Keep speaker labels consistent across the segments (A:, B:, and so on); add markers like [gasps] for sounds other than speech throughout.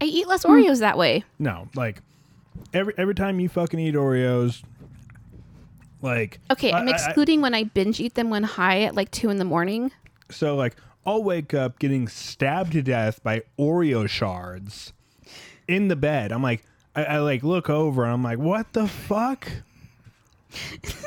A: I eat less
B: Hmm.
A: Oreos that way.
B: No, like every every time you fucking eat Oreos, like
A: Okay,
B: I-
A: I'm
B: I- I-
A: excluding when I binge eat them when high at like two in the morning.
B: so like I'll wake up getting stabbed to death by Oreo shards in the bed. I'm like, I, I like look over and I'm like, what the fuck?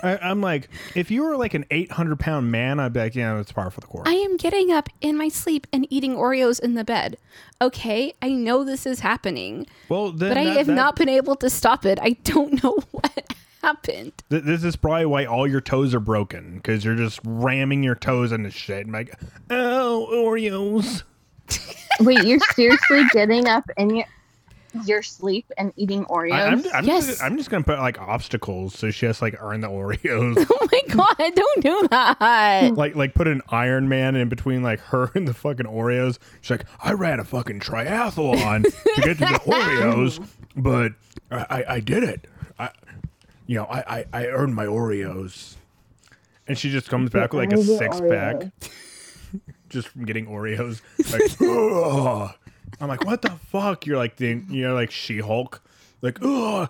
B: I, I'm like, if you were like an 800 pound man, I'd be like, yeah, it's par for the course.
A: I am getting up in my sleep and eating Oreos in the bed. Okay, I know this is happening,
B: well, then
A: but I
B: that-
A: have
B: that-
A: not been able to stop it. I don't know [laughs] what happened.
B: Th- this is probably why all your toes are broken because you're just ramming your toes into shit. And like, oh, Oreos.
C: Wait, you're seriously getting up in your, your sleep and eating Oreos?
B: I, am I'm,
A: Yes.
B: just, I'm just gonna put like obstacles so she has to like earn the Oreos.
A: Oh my god, don't do that.
B: like like put an Iron Man in between like her and the fucking Oreos. She's like, I ran a fucking triathlon to get to the Oreos, but I, I, I did it. I, you know, I, I, I earned my Oreos. And she just comes back with like a
C: earned your
B: six pack, just from getting Oreos. Like, "Ugh." I'm like, what the fuck? You're like the you're like She Hulk. Like, oh,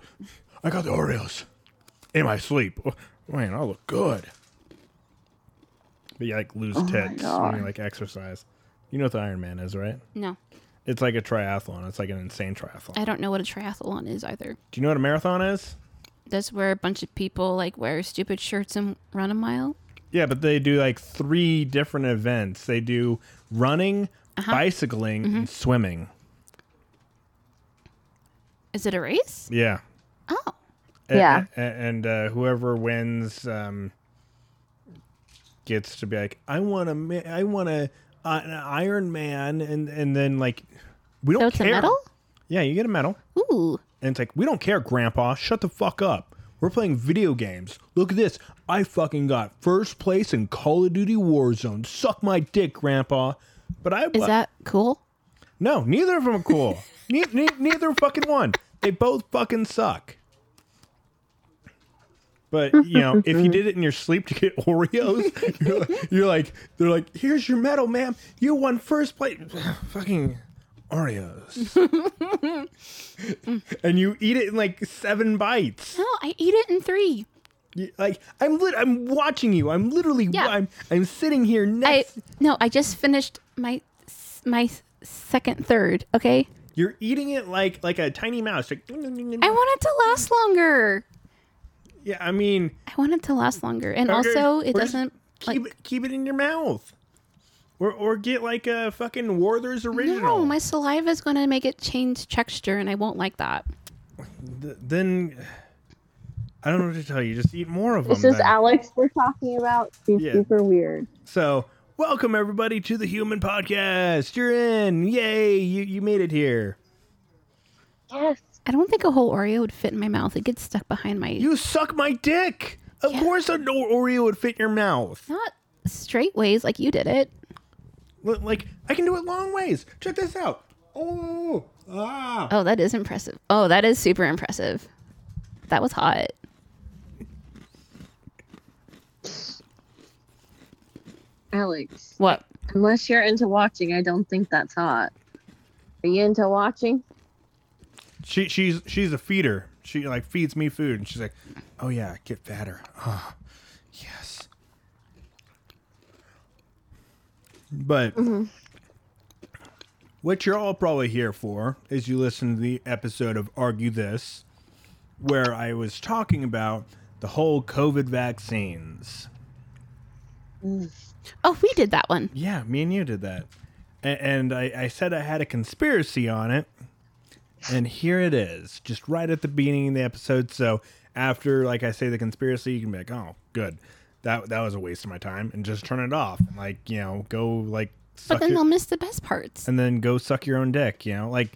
B: I got the Oreos in my sleep. Oh, Man, I look good. But you like lose tits when
C: God.
B: you like exercise. You know what the Iron Man is, right?
A: No,
B: It's like a triathlon. It's like an insane triathlon.
A: I don't know what a triathlon is either.
B: Do you know what a marathon is?
A: That's where a bunch of people like wear stupid shirts and run a mile.
B: Yeah, but they do like three different events. They do running, bicycling, and swimming.
A: Is it a race?
B: Yeah.
A: Oh.
B: A-
C: Yeah.
B: a- And, uh, whoever wins um, gets to be like, I want a, ma- I want a, uh, an Iron Man, and and then like, we don't
A: So it's a
B: care.
A: medal?
B: Yeah, you get a medal.
A: Ooh.
B: And it's like, we don't care, Grandpa. Shut the fuck up. We're playing video games. Look at this. I fucking got first place in Call of Duty Warzone. Suck my dick, Grandpa. But I
A: Is that cool?
B: no, neither of them
A: [laughs]
B: are cool. ne- ne- neither fucking one. They both fucking suck. But you know, if you did it in your sleep to get [laughs] Oreos, you're like, you're like they're like, here's your medal, ma'am. You won first place. [sighs] fucking
A: [laughs]
B: Oreos. and you eat it in like seven bites.
A: No, I eat it in three.
B: You- Like I'm, lit- I'm watching you. I'm literally,
A: Yeah.
B: I'm, I'm sitting here
A: I
B: next.
A: no, I just finished my s- my s- second third. Okay,
B: You're eating it like, like a tiny mouse. Like,
A: I want it to last longer.
B: yeah, I mean.
A: I want it to last longer, and
B: Or-
A: also
B: or
A: it
B: just
A: doesn't
B: keep
A: like.
B: it keep it in your mouth, or or get like a fucking Werther's original.
A: No, my saliva is going to make it change texture, and I won't like that.
B: Th- then I don't know what to tell you. Just eat more of them.
C: this is
B: then.
C: Alex we're talking about. She's
B: Yeah.
C: super weird.
B: So welcome everybody to the Human Podcast. You're in. Yay! You you made it here.
C: Yes.
A: I don't think a whole Oreo would fit in my mouth. It gets stuck behind my
B: You suck my dick. Of
A: Yeah.
B: course, an O- Oreo would fit your mouth.
A: not straight ways like you did it.
B: L- Like I can do it long ways. Check this out. Oh ah.
A: Oh, that is impressive. Oh, that is super impressive. That was hot.
C: Alex,
A: What?
C: unless you're into watching, I don't think that's hot. Are you into watching?
B: she she's she's a feeder. She like feeds me food, and she's like, "Oh yeah, get fatter." Ah, yes. But what you're all probably here for is you listen to the episode of Argue This, where I was talking about the whole COVID vaccines.
A: Oh, we did that one.
B: Yeah, me and you did that. A- And I, I said I had a conspiracy on it. And here it is, just right at the beginning of the episode. So after, like I say, the conspiracy, you can be like, oh, good. That, that was a waste of my time. And just turn it off. And, like, you know, go, like,
A: But
B: suck
A: then
B: your,
A: they'll miss the best parts.
B: and then go suck your own dick, you know? Like,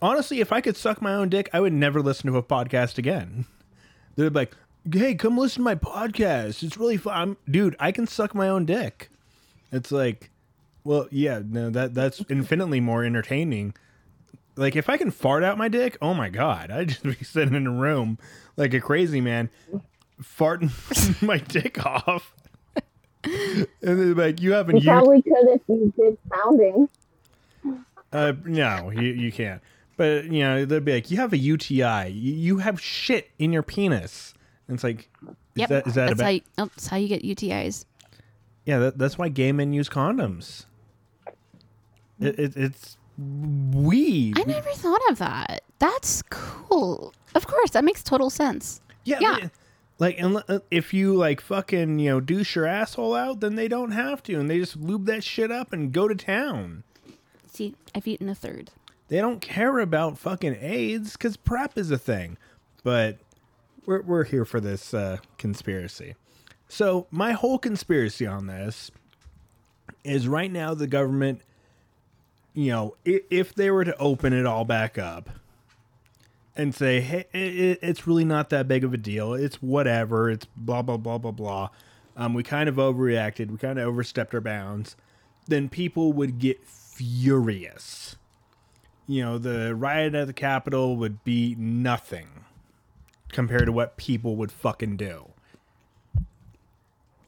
B: honestly, if I could suck my own dick, I would never listen to a podcast again. [laughs] They're like, hey, come listen to my podcast. It's really fun. I'm- dude, I can suck my own dick. It's like, well, yeah, no, that that's infinitely more entertaining. Like if I can fart out my dick, oh my god, I'd just be [laughs] sitting in a room like a crazy man, farting [laughs] my dick off. [laughs] and they're like, you haven't used
C: You probably could if you did sounding.
B: uh, no, you, you can't. But you know, they'd be like, "You have a UTI. You, you have shit in your penis." And it's like, is
A: Yep.
B: that is that a
A: that's,
B: bad?
A: how you, oh, that's how you get UTIs.
B: yeah, that, that's why gay men use condoms. It, it, it's we.
A: I never thought of that. That's cool. Of course, that makes total sense.
B: Yeah.
A: Yeah.
B: li- Like, unle- uh, if you like fucking, you know, douche your asshole out, then they don't have to. And they just lube that shit up and go to town.
A: See, I've eaten a third.
B: They don't care about fucking AIDS because PrEP is a thing. But we're, we're here for this uh, conspiracy. So, my whole conspiracy on this is right now the government, you know, if, if they were to open it all back up and say, hey, it, it's really not that big of a deal. It's whatever. It's blah, blah, blah, blah, blah. Um, we kind of overreacted. We kind of overstepped our bounds. Then people would get furious. You know, the riot at the Capitol would be nothing compared to what people would fucking do.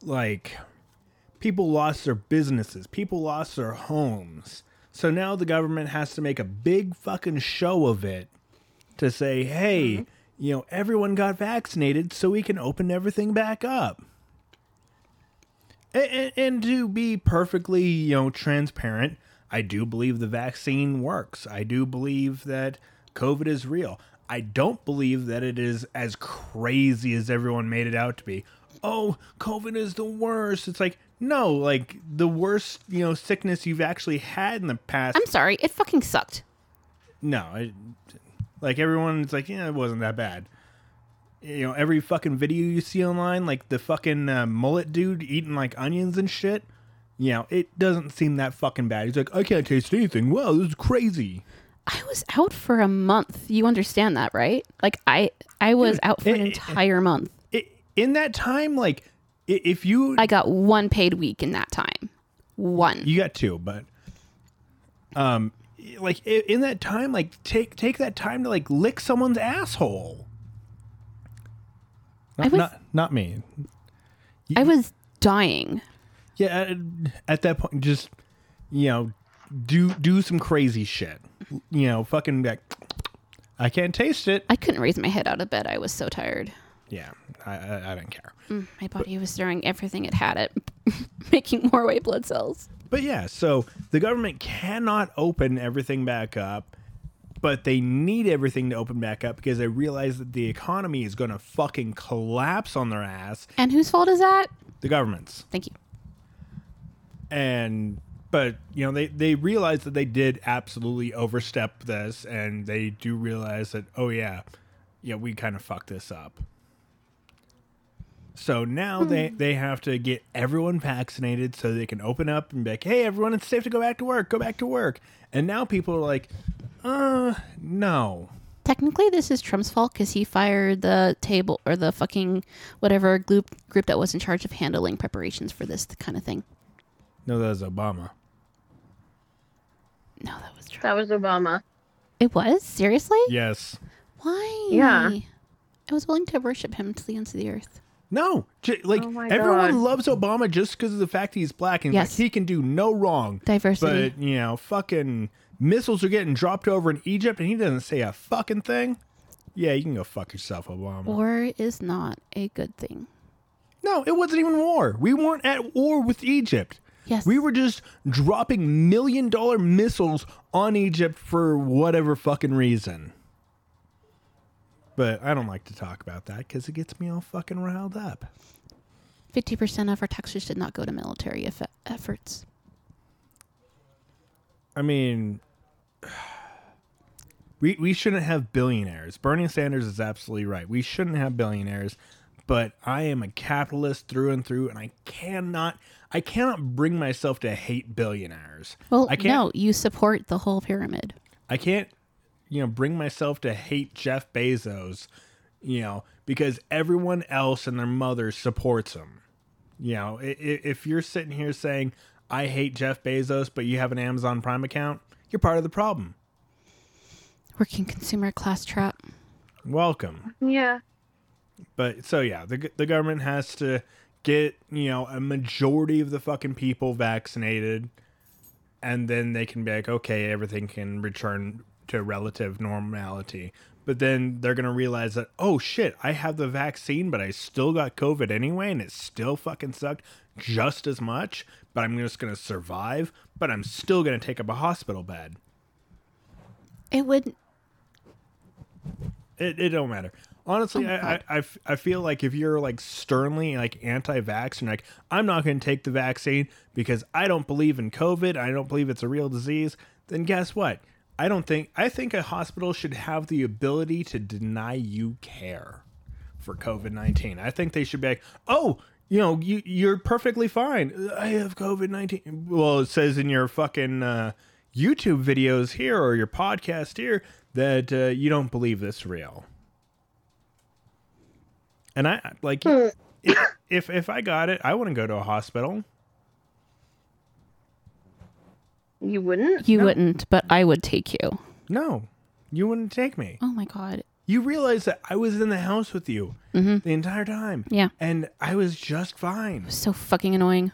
B: Like, people lost their businesses, people lost their homes. So now the government has to make a big fucking show of it to say, hey, you know, everyone got vaccinated, so we can open everything back up. And, and, and to be perfectly, you know, transparent, I do believe the vaccine works. I do believe that COVID is real. I don't believe that it is as crazy as everyone made it out to be. Oh, COVID is the worst. It's like, no, like the worst, you know, sickness you've actually had in the past
A: I'm sorry, it fucking sucked.
B: no, it, like everyone's like, yeah, it wasn't that bad. You know, every fucking video you see online, like the fucking uh, mullet dude eating like onions and shit. You know, it doesn't seem that fucking bad. He's like, I can't taste anything. Wow, this is crazy.
A: I was out for a month. You understand that, right? Like I, I was out for an
B: it-
A: entire month.
B: It, in that time, like, i- if you
A: I got one paid week in that time. One.
B: you got two, but um, like i- in that time, like take take that time to like lick someone's asshole.
A: I
B: Not
A: was-
B: not, not me.
A: I was dying.
B: Yeah, at, at that point, just you know, do do some crazy shit. You know, fucking like, I can't taste it.
A: I couldn't raise my head out of bed. I was so tired.
B: Yeah, I I, I don't care.
A: My body was throwing everything it had at [laughs] making more white blood cells.
B: But yeah, so the government cannot open everything back up, but they need everything to open back up because they realize that the economy is going to fucking collapse on their ass.
A: And whose fault is that?
B: The government's.
A: Thank you.
B: and but you know they they realize that they did absolutely overstep this and they do realize that oh yeah yeah we kind of fucked this up so now they they have to get everyone vaccinated so they can open up and be like hey everyone it's safe to go back to work go back to work and now people are like uh no
A: Technically, this is Trump's fault because he fired the table or the fucking whatever group group that was in charge of handling preparations for this kind of thing.
B: no that was obama
A: No, that was Trump.
C: That was Obama.
A: It was seriously.
B: yes
A: Why?
C: Yeah.
A: I was willing to worship him to the ends of the earth.
B: no J- like
C: Oh my
B: everyone
C: God.
B: loves obama just because of the fact that he's black and
A: Yes.
B: like, he can do no wrong
A: Diversity.
B: But you know, fucking missiles are getting dropped over in Egypt, and he doesn't say a fucking thing. Yeah, you can go fuck yourself, Obama.
A: War is not a good thing.
B: no, it wasn't even war. We weren't at war with Egypt.
A: Yes.
B: We were just dropping million dollar missiles on Egypt for whatever fucking reason. But I don't like to talk about that because it gets me all fucking riled up.
A: Fifty percent of our taxes did not go to military eff- efforts.
B: I mean, [sighs] we we shouldn't have billionaires. Bernie Sanders is absolutely right. We shouldn't have billionaires, but I am a capitalist through and through, and I cannot I cannot bring myself to hate billionaires.
A: Well,
B: I can't.
A: no, you support the whole pyramid.
B: I can't you know bring myself to hate Jeff Bezos, you know, because everyone else and their mother supports him. You know, i- i- if you're sitting here saying I hate Jeff Bezos, but you have an Amazon Prime account, you're part of the problem.
A: Working consumer class trap.
B: welcome.
C: Yeah.
B: But so yeah, the the government has to get you know a majority of the fucking people vaccinated, and then they can be like, okay, everything can return to relative normality. But then they're going to realize that, oh shit, I have the vaccine, but I still got COVID anyway, and it still fucking sucked just as much. But I'm just going to survive, but I'm still going to take up a hospital bed.
A: It would.
B: It, it don't matter. Honestly, I I, I, f- I feel like if you're like sternly like anti-vax and like I'm not going to take the vaccine because I don't believe in COVID, I don't believe it's a real disease, then guess what? I don't think I think a hospital should have the ability to deny you care for COVID-19. I think they should be like, "Oh, you know, you you're perfectly fine. I have COVID-19." Well, it says in your fucking uh, YouTube videos here or your podcast here that uh, you don't believe this real. And I like if, if if I got it, I wouldn't go to a hospital.
C: You wouldn't?
A: You wouldn't, but I would take you.
B: No, you wouldn't take me.
A: Oh my god.
B: You realize that I was in the house with you the entire time.
A: Yeah.
B: and I was just fine.
A: So fucking annoying.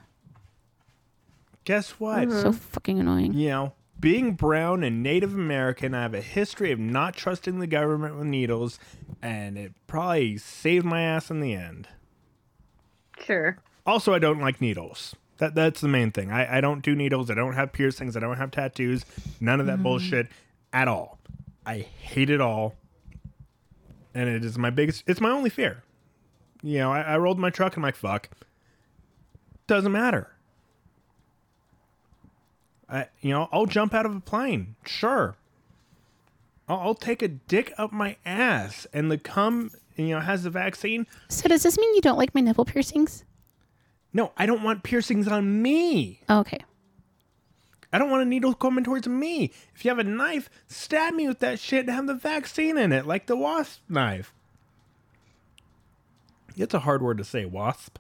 B: Guess what?
A: So fucking annoying.
B: You know, being brown and Native American, I have a history of not trusting the government with needles, and it probably saved my ass in the end.
C: Sure.
B: also i don't like needles that that's the main thing i, I don't do needles i don't have piercings i don't have tattoos none of that bullshit at all i hate it all and it is my biggest it's my only fear you know i, I rolled my truck and i'm like fuck doesn't matter I, you know i'll jump out of a plane sure I'll, I'll take a dick up my ass and the cum you know has the vaccine
A: So does this mean you don't like my nipple piercings?
B: no i don't want piercings on me
A: Oh, okay.
B: I don't want a needle coming towards me. If you have a knife, stab me with that shit and have the vaccine in it, like the wasp knife. It's a hard word to say, wasp.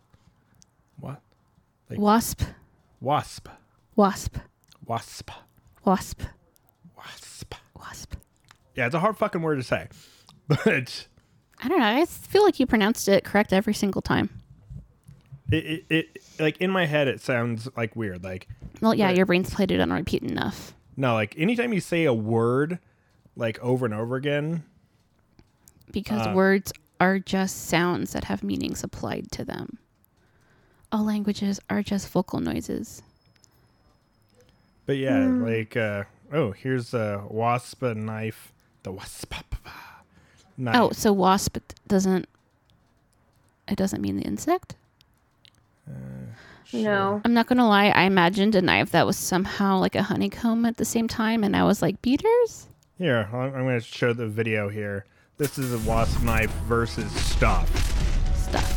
B: What?
A: Wasp.
B: Wasp.
A: Wasp.
B: Wasp.
A: Wasp.
B: Wasp.
A: Wasp.
B: Yeah, it's a hard fucking word to say. [laughs] But
A: I don't know. I feel like you pronounced it correct every single time.
B: it, it, it like in my head it sounds like weird. Like
A: Well, yeah, your brain's played it on repeat enough.
B: no, like anytime you say a word like over and over again,
A: because words are just sounds that have meanings applied to them. All languages are just vocal noises.
B: But yeah,
A: Mm.
B: like uh oh, here's a wasp knife. The wasp knife.
A: Oh, so wasp d- doesn't it doesn't mean the insect?
C: No.
A: I'm not going to lie, I imagined a knife that was somehow like a honeycomb at the same time and I was like, "Beaters?"
B: Here, I'm, I'm going to show the video here. This is a wasp knife versus stuff.
A: Stuff.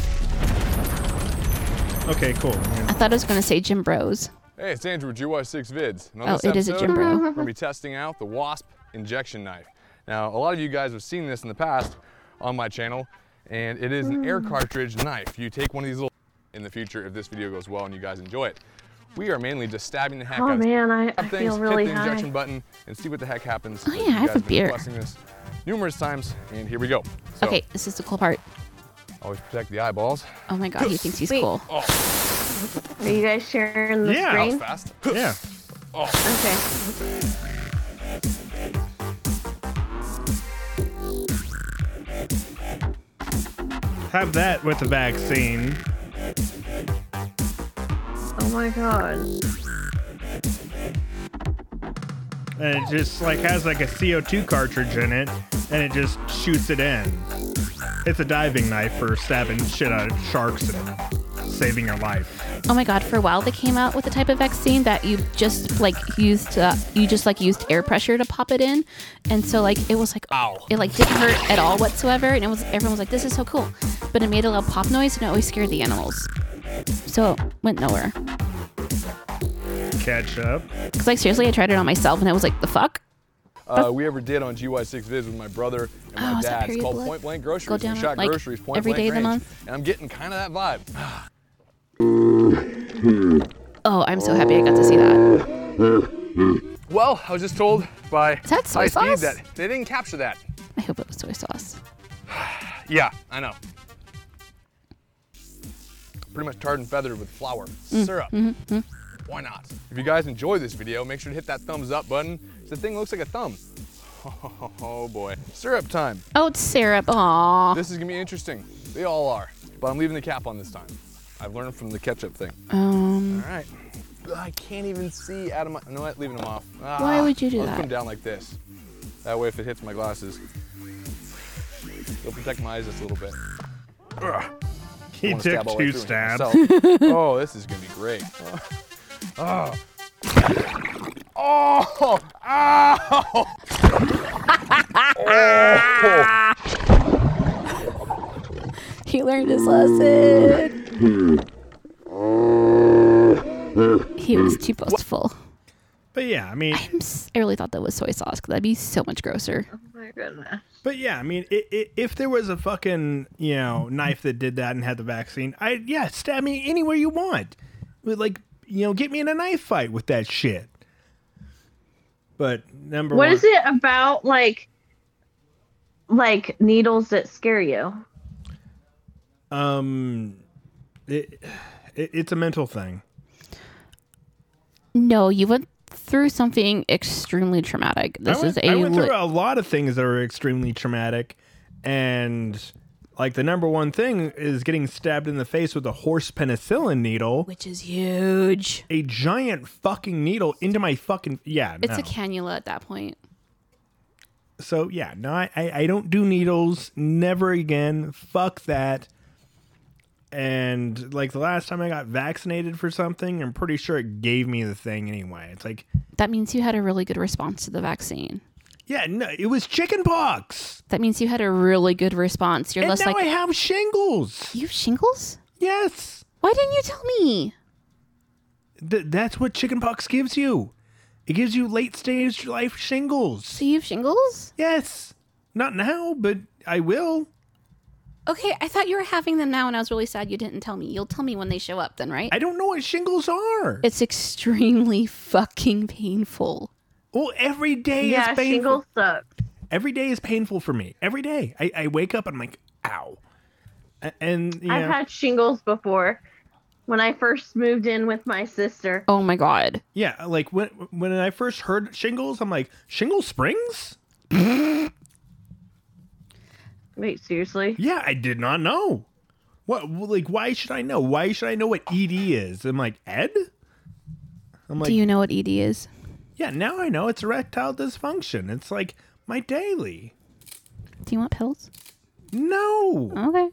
B: Okay, cool.
A: I thought I was going to say Jim Bros.
D: Hey, it's Andrew with GY6Vids. And on
A: Oh,
D: this
A: it is a
D: episode,
A: Jim Bro.
D: We're going to be testing out the Wasp injection knife. Now, a lot of you guys have seen this in the past on my channel, and it is an
A: Mm.
D: air cartridge knife. You take one of these little in the future if this video goes well and you guys enjoy it. We are mainly just stabbing the heck out
C: Oh
D: of
C: man, I, I
D: of things,
C: feel really
D: hit the
C: high.
D: injection button, and see what the heck happens.
A: Oh, yeah,
D: You
A: I have
D: guys
A: a
D: been
A: beer.
D: requesting this numerous times, and here we go. So,
A: Okay, this is the cool part.
D: Always protect the eyeballs.
A: Oh my god, he thinks he's
C: Wait.
A: cool.
C: Are you guys sharing the
B: Yeah.
D: That was
C: screen?
D: fast. [laughs]
A: Oh.
B: Yeah.
C: Okay.
B: Have that with the vaccine.
C: Oh my god. Oh
B: And it just like has like a CO2 cartridge in it and it just shoots it in. It's a diving knife for stabbing shit out of sharks and saving your life.
A: Oh my god, for a while they came out with a type of vaccine that you just like used uh, you just like used air pressure to pop it in. And so like it was like
D: Ow.
A: it like didn't hurt at all whatsoever and it was everyone was like this is so cool. But it made a loud pop noise and it always scared the animals. So it went nowhere.
B: Catch up.
A: Cuz like seriously I tried it on myself and I was like the fuck?
D: uh, we ever did on GY6 Viz with my brother and
A: Oh,
D: my
A: is that
D: dad. It's
A: period
D: called
A: blood?
D: Point Blank Groceries.
A: Go down
D: we
A: on,
D: shot
A: like,
D: groceries point
A: every
D: blank
A: day of the
D: range.
A: month?
D: And I'm getting kind of that vibe.
A: Oh, I'm so happy I got to see that.
D: Well, I was just told by
A: that soy
D: High
A: sauce?
D: Speed that they didn't capture that.
A: I hope it was soy sauce.
D: Yeah, I know. Pretty much tarred and feathered with flour,
A: Mm-hmm,
D: syrup. Why not? If you guys enjoyed this video, make sure to hit that thumbs up button. The thing looks like a thumb. [laughs]
E: Oh boy. Syrup time.
A: Oh, it's syrup. Aw.
E: [laughs] This is gonna be interesting. They all are. But I'm leaving the cap on this time. I've learned from the ketchup thing.
A: Um,
E: All right. Ugh, I can't even see out of my. No, I'm leaving them off.
A: Why
E: Ah,
A: would you do
E: I'll just put
A: that?
E: them down like this. That way, if it hits my glasses, it'll protect my eyes just a little bit.
B: He
E: wanna stab
B: took
E: all the way through
B: two
E: here
B: stabs.
E: myself.
B: [laughs]
E: oh, this is gonna be great. Oh. Oh. Ow. Oh.
A: he learned his lesson. He was too boastful.
B: But yeah, I mean,
A: I'm s- I really thought that was soy sauce. 'cause That'd be so much grosser.
C: Oh my goodness.
B: but yeah, I mean, i i if there was a fucking you know knife that did that and had the vaccine, I yeah, stab me anywhere you want. With like you know, get me in a knife fight with that shit. But number
C: What
B: one,
C: is it about like like needles that scare you?
B: Um, it, it it's a mental thing.
A: No, you went through something extremely traumatic. This
B: I went,
A: is a
B: I went
A: li-
B: through a lot of things that were extremely traumatic, and like the number one thing is getting stabbed in the face with a horse penicillin needle,
A: which is huge.
B: a giant fucking needle into my fucking yeah.
A: It's
B: no.
A: a cannula at that point.
B: so yeah, no, I, I I don't do needles never again. Fuck that. And like the last time I got vaccinated for something, I'm pretty sure it gave me the thing anyway. It's like,
A: That means you had a really good response to the vaccine.
B: yeah, no, it was chicken pox.
A: That means you had a really good response. You're
B: And
A: less
B: now
A: like,
B: I have shingles.
A: you have shingles?
B: Yes.
A: Why didn't you tell me?
B: Th- that's what chickenpox gives you. It gives you late stage life shingles.
A: Do you have shingles?
B: Yes. Not now, but I will.
A: Okay, I thought you were having them now, and I was really sad you didn't tell me. You'll tell me when they show up, then, right?
B: I don't know what shingles are.
A: it's extremely fucking painful.
B: well, every day
C: yeah,
B: is painful.
C: shingles suck.
B: Every day is painful for me. Every day. I, I wake up and I'm like, ow. A- And, you
C: I've
B: know,
C: had shingles before. When I first moved in with my sister,
A: Oh my god.
B: yeah, like when when I first heard shingles, I'm like, shingle springs?
C: wait, seriously?
B: Yeah, I did not know. What like why should I know? Why should I know what ED is? I'm like, Ed? I'm like,
A: Do you know what ED is?
B: yeah, now I know it's erectile dysfunction. It's like my daily.
A: Do you want pills?
B: No,
A: Okay.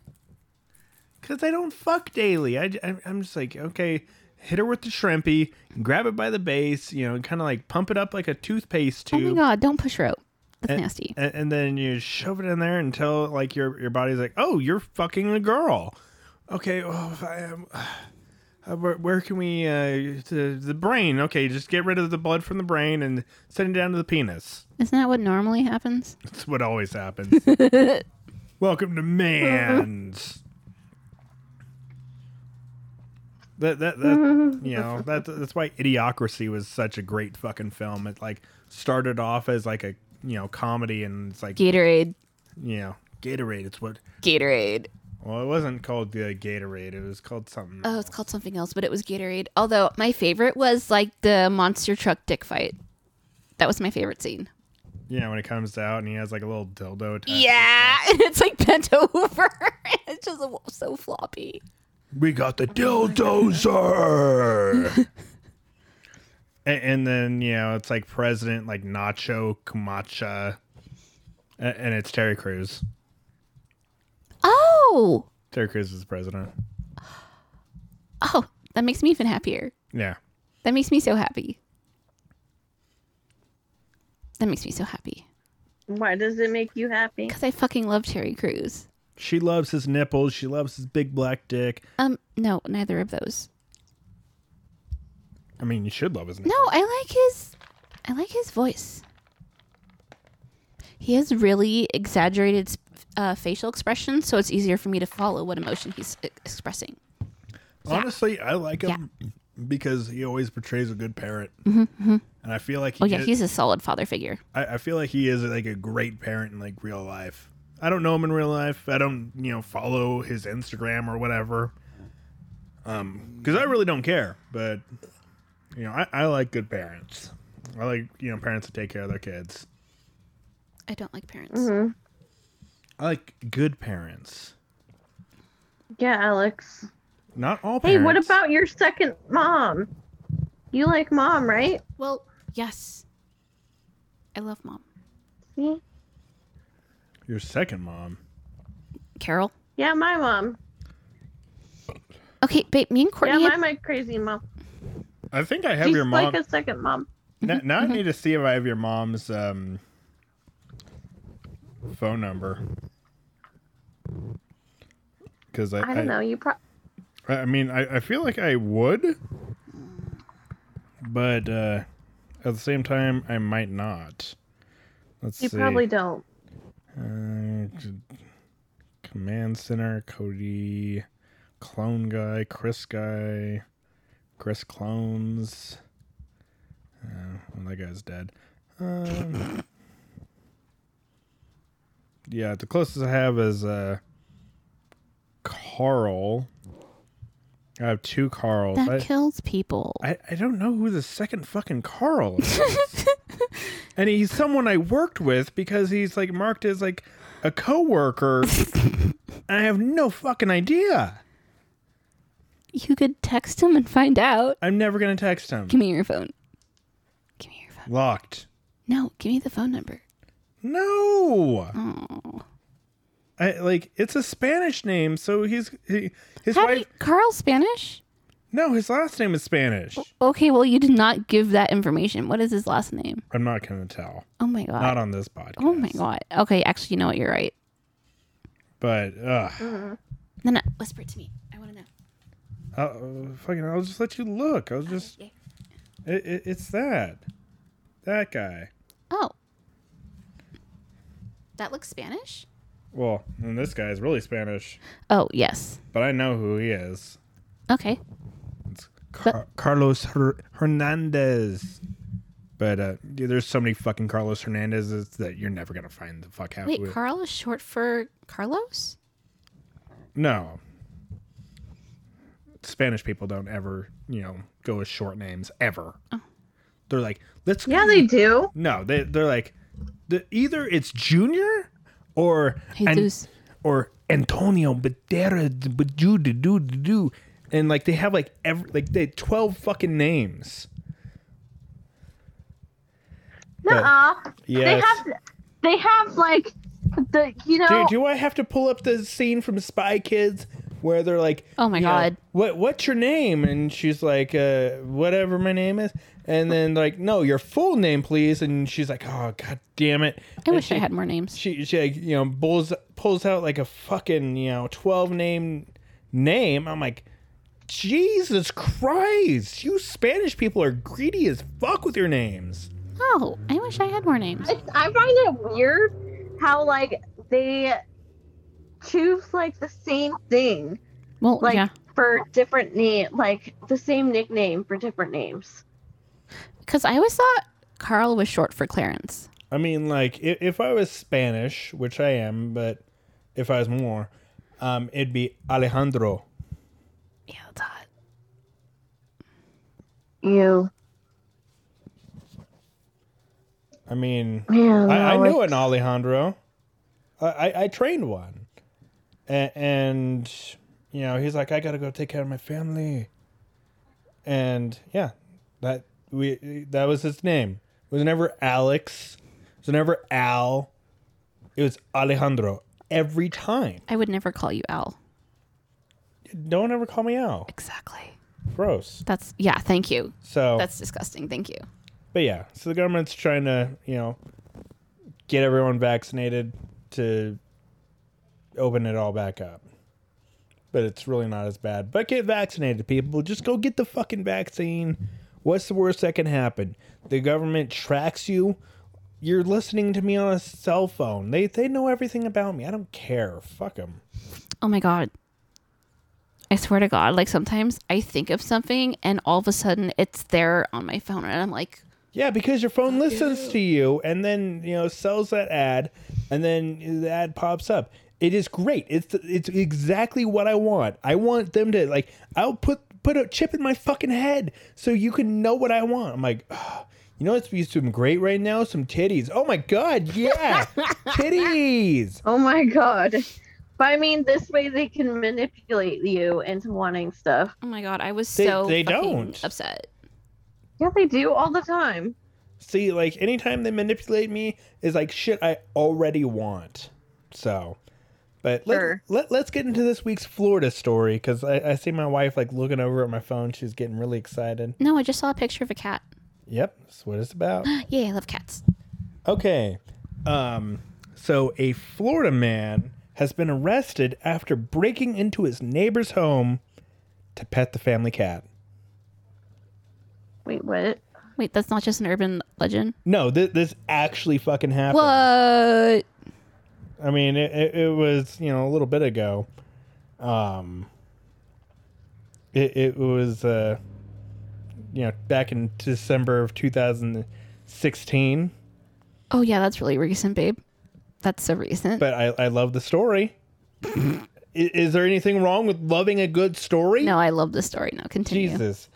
B: because I don't fuck daily. I, I, am just like, okay, hit her with the shrimpy, grab it by the base, you know, kind of like pump it up like a toothpaste
A: Oh my
B: tube.
A: god, don't push rope. That's
B: and,
A: nasty.
B: And, and then you shove it in there until like your your body's like, oh, you're fucking a girl. Okay, well, if I am. [sighs] Uh, where, where can we uh, the, the brain? Okay, just get rid of the blood from the brain and send it down to the penis.
A: Isn't that what normally happens?
B: That's what
A: [laughs]
B: always happens. Welcome to man's. That that that
A: [laughs]
B: you know that that's why Idiocracy was such a great fucking film. It like started off as like a you know comedy and it's like
A: Gatorade.
B: you know Gatorade. It's what
A: Gatorade.
B: well it wasn't called the Gatorade. It was called something.
A: Oh, it's called something else, but it was Gatorade. Although my favorite was like the monster truck dick fight. That was my favorite scene.
B: Yeah, when it comes out and he has like a little dildo attached.
A: Yeah, and [laughs] it's like bent over. it's just so floppy.
B: We got the [laughs] dildozer. and, and then, you know, it's like President like Nacho Camacha. A- And it's Terry Crews.
A: Oh,
B: Terry Crews is president.
A: oh, that makes me even happier.
B: Yeah.
A: That makes me so happy. That makes me so happy
C: Why does it make you happy?
A: because I fucking love Terry Crews.
B: She loves his nipples. She loves his big black dick.
A: Um, no, neither of those.
B: I mean, you should love his nipples.
A: No, I like his, I like his voice. He has really exaggerated uh, facial expressions, so it's easier for me to follow what emotion he's e- expressing.
B: Honestly, I like him because he always portrays a good parent. And I feel like he
A: Mm-hmm, Oh yeah,
B: is-
A: he's a solid father figure.
B: I, I feel like he is like a great parent in like real life. I don't know him in real life. I don't you know follow his Instagram or whatever. Um, because I really don't care. But you know, I, I like good parents. I like you know parents that take care of their kids.
A: I don't like parents.
C: hmm
B: I like good parents.
C: Yeah, Alex.
B: Not all
C: Hey,
B: parents.
C: what about your second mom? You like mom, right?
A: Well, yes. I love mom.
C: See?
B: your second mom?
A: Carol.
C: Yeah, my mom.
A: Okay, babe, me and
C: Yeah,
A: Courtney
C: my,
A: had-
C: my crazy mom.
B: I think I have
C: She's
B: your mom.
C: like a mm-hmm. second mom.
B: Now, now I need to see if I have your mom's um, phone number. Because I,
C: I don't know. You pro-
B: I, I mean, I, I feel like I would, but uh, at the same time, I might not. Let's
C: you
B: see.
C: probably don't.
B: Uh, c- Command Center, Cody, Clone Guy, Chris Guy, Chris Clones. Uh, well, that guy's dead. Um, yeah, the closest I have is uh, Carl. I have two Carls.
A: that
B: I,
A: kills people.
B: I, I don't know who the second fucking Carl is. [laughs] and he's someone I worked with because he's like marked as like
A: [laughs]
B: a coworker. I have no fucking idea.
A: you could text him and find out.
B: I'm never gonna text him.
A: Give me your phone. Give me your phone.
B: Locked.
A: No, give me the phone number.
B: No.
A: Oh.
B: I like it's a Spanish name, so he's he, his
A: How do
B: wife
A: you, Carl Spanish?
B: No, his last name is Spanish.
A: Oh. Okay, well you did not give that information. What is his last name?
B: I'm not gonna tell.
A: Oh my god.
B: Not on this podcast.
A: oh my god. Okay, actually, you know what? You're right.
B: But uh,
A: No, no. Whisper it to me. I want to know.
B: I'll, uh, fucking, I'll just let you look. I'll just
A: Okay.
B: It, it, it's that. That guy.
A: Oh. That looks Spanish?
B: Well, and this guy is really Spanish,
A: Oh, yes.
B: but I know who he is.
A: Okay.
B: It's Car- Carlos Her- Hernandez. But uh, yeah, there's so many fucking Carlos Hernandezes that you're never gonna find the fuck half.
A: Wait,
B: of it.
A: Carl is short for Carlos?
B: no. Spanish people don't ever, you know, go with short names ever. They're like, let's
C: Yeah, they do.
B: no, they they're like, the, either it's Junior or An-
A: Jesus.
B: or Antonio Badera do do do, and like they have like every like they twelve fucking names.
C: Nuh-uh.
B: Yes.
C: They have. They have like the you know.
B: Dude, do I have to pull up the scene from Spy Kids where they're like,
A: Oh my
B: you know,
A: God.
B: what what's your name?" And she's like, uh, "Whatever my name is." And then like, "No, your full name, please." And she's like, "Oh god damn it!"
A: I wish I had more names.
B: she she like you know pulls pulls out like a fucking you know twelve name name. I'm like, Jesus Christ! You Spanish people are greedy as fuck with your names.
A: Oh, I wish I had more names.
C: It's, I find it weird how like they choose like the same thing
A: Well,
C: like
A: yeah.
C: for different name like the same nickname for different names.
A: Because I always thought Carl was short for Clarence.
B: I mean, like if, if I was Spanish, which I am, but if I was more, um, it'd be Alejandro.
A: Yeah, that's hot.
C: You
B: I mean,
C: man.
B: I, I
C: Alex.
B: knew an Alejandro. I, I, I trained one, A- and you know he's like, I gotta go take care of my family, and yeah, that we that was his name. It was never Alex. It was never Al. It was Alejandro every time.
A: I would never call you Al.
B: Don't ever call me Al.
A: Exactly.
B: Gross.
A: That's, yeah, thank you.
B: So
A: That's disgusting. Thank you.
B: But yeah, so the government's trying to, you know, get everyone vaccinated to open it all back up. But it's really not as bad. But get vaccinated, people. Just go get the fucking vaccine. What's the worst that can happen? The government tracks you. You're listening to me on a cell phone. They they know everything about me. I don't care. Fuck them.
A: Oh my god. I swear to god, like sometimes I think of something and all of a sudden it's there on my phone and I'm like,
B: Yeah, because your phone listens to you and then, you know, sells that ad and then the ad pops up. It is great. It's it's exactly what I want. I want them to like I'll put put a chip in my fucking head so you can know what I want. I'm like, "Ugh, You know what's be some great right now? Some titties. Oh my god, yeah, titties.
C: Oh my god. But I mean, this way they can manipulate you into wanting stuff.
A: Oh my god, I was
B: They-
A: so
B: they
A: fucking
B: don't.
A: upset.
C: Yeah, they do all the time.
B: See, like anytime they manipulate me is like shit I already want. So, but let,
C: Sure.
B: let let's get into this week's Florida story because I, I see my wife like looking over at my phone. She's getting really excited.
A: No, I just saw a picture of a cat. [gasps]
B: Yep, that's what it's about.
A: Yeah, I love cats.
B: Okay. Um, so a Florida man has been arrested after breaking into his neighbor's home to pet the family cat.
C: Wait, what?
A: Wait, that's not just an urban legend.
B: No, th- this actually fucking happened.
A: What?
B: I mean, it, it, it was, you know, a little bit ago. Um, it, it was, uh, you know, back in December of 2016.
A: Oh yeah, that's really recent, babe. That's so recent.
B: But I, I love the story. [laughs] is, is there anything wrong with loving a good story?
A: no, I love this story. Now continue.
B: Jesus.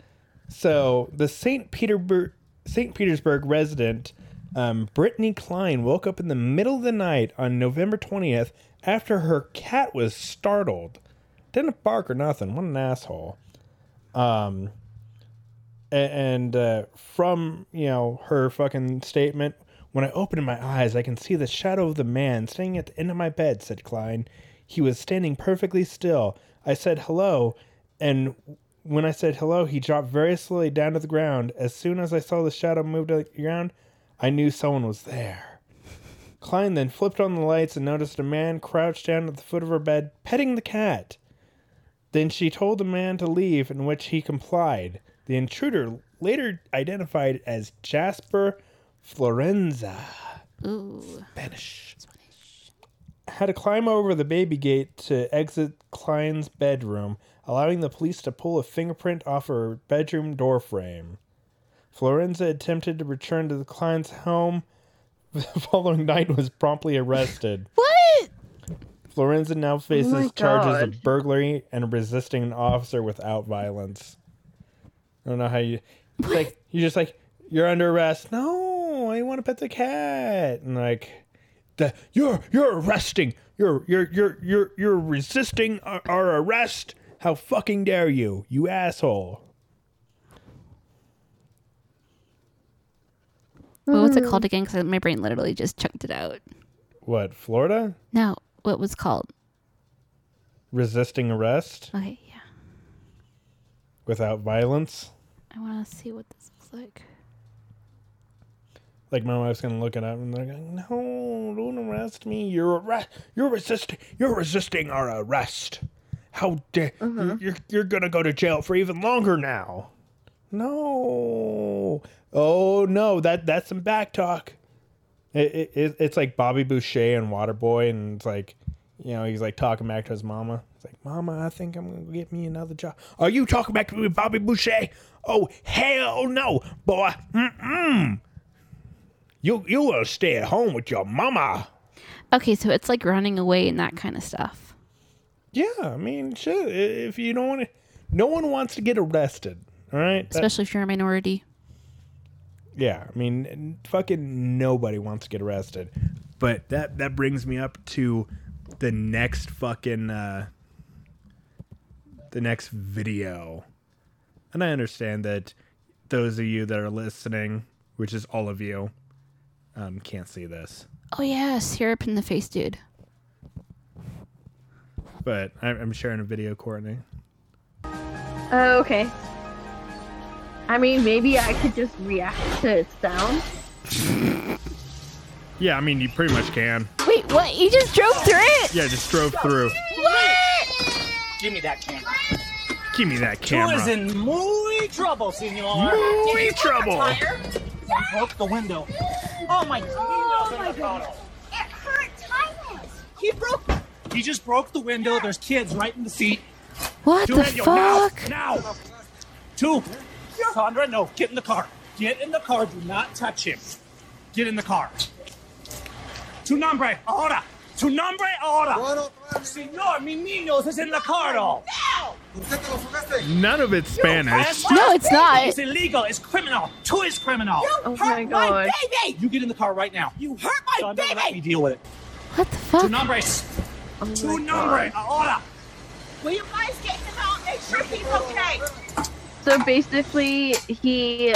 B: So the Saint Petersburg Saint Petersburg resident um, Brittany Klein woke up in the middle of the night on November twentieth after her cat was startled. Didn't bark or nothing. What an asshole. Um, a- and uh, from you know her fucking statement, when I opened my eyes, I can see the shadow of the man standing at the end of my bed. Said Klein. He was standing perfectly still. I said hello, and when I said hello, he dropped very slowly down to the ground. As soon as I saw the shadow move to the ground, I knew someone was there. Klein then flipped on the lights and noticed a man crouched down at the foot of her bed, petting the cat. Then she told the man to leave, in which he complied. The intruder, later identified as Jasper Florenza,
A: Ooh.
B: Spanish, had to climb over the baby gate to exit Klein's bedroom, allowing the police to pull a fingerprint off her bedroom door frame. Florenza attempted to return to the Klein's home [laughs] the following night and was promptly
C: [laughs]
B: arrested.
A: What?
B: Florenza now faces
C: Oh my
B: charges
C: God.
B: of burglary and resisting an officer without violence. I don't know how you it's
C: [laughs]
B: like. You're just like you're under arrest. No, I want to pet the cat, and like the you're you're arresting. You're you're you're you're you're resisting our, our arrest. How fucking dare you, you asshole!
A: What was it called again? Because my brain literally just chunked it out.
B: What Florida
A: No, what was it called?
B: resisting arrest
A: Okay, yeah.
B: without violence?
A: I want to see what this looks like.
B: Like my wife's gonna look it up and they're like, "No, don't arrest me. You're arrest. You're resisting. You're resisting our arrest. How dare you're, you're you're gonna go to jail for even longer now." No. Oh no. That that's some back talk. It, it, it, it's like Bobby Boucher and Waterboy, and it's like, you know, he's like talking back to his mama. He's like, "Mama, I think I'm gonna get me another job." Are you talking back to me, Bobby Boucher? Oh hell no, boy. Mm-mm. You you will stay at home with your mama.
A: Okay, so it's like running away and that kind of stuff.
B: Yeah, I mean, shit. i- If you don't want to, no one wants to get arrested. All right. That-
A: Especially if you're a minority.
B: yeah, I mean, n- fucking nobody wants to get arrested. But that that brings me up to the next fucking uh, the next video, and I understand that those of you that are listening, which is all of you, um, can't see this.
A: Oh yeah, syrup in the face, dude.
B: But I, I'm sharing a video, Courtney.
C: Oh, okay. I mean, maybe I could just react to its sound.
B: Yeah, I mean, you pretty much can.
A: Wait, what? You just drove through it?
B: Yeah, just drove through.
A: What?
F: Give me that camera.
B: Give me that
F: You're
B: camera.
F: in muy trouble, senor.
B: Muy trouble.
F: Broke the window. Oh my. Oh my god.
G: It hurt Titus.
F: He broke. He just broke the window. There's kids right in the seat.
A: What
F: Two
A: the
F: in your
A: fuck?
F: mouth now. Two. Sandra, no. Get in the car. Get in the car. Do not touch him. Get in the car. Tu nombre ahora. Tu nombre ahora. Senor, mi niños is in the car. oh. Now.
B: None of it's Spanish.
A: No, it's not.
F: It's illegal. It's criminal. Two is criminal.
C: Oh my god.
F: baby! You get in the car right now. You hurt my baby! Let me deal with it.
A: What the
F: Two
A: fuck?
F: nombres.
C: Oh
F: Two nombres. Ahora.
G: Will you guys get him out? Make sure he's okay.
C: So basically, he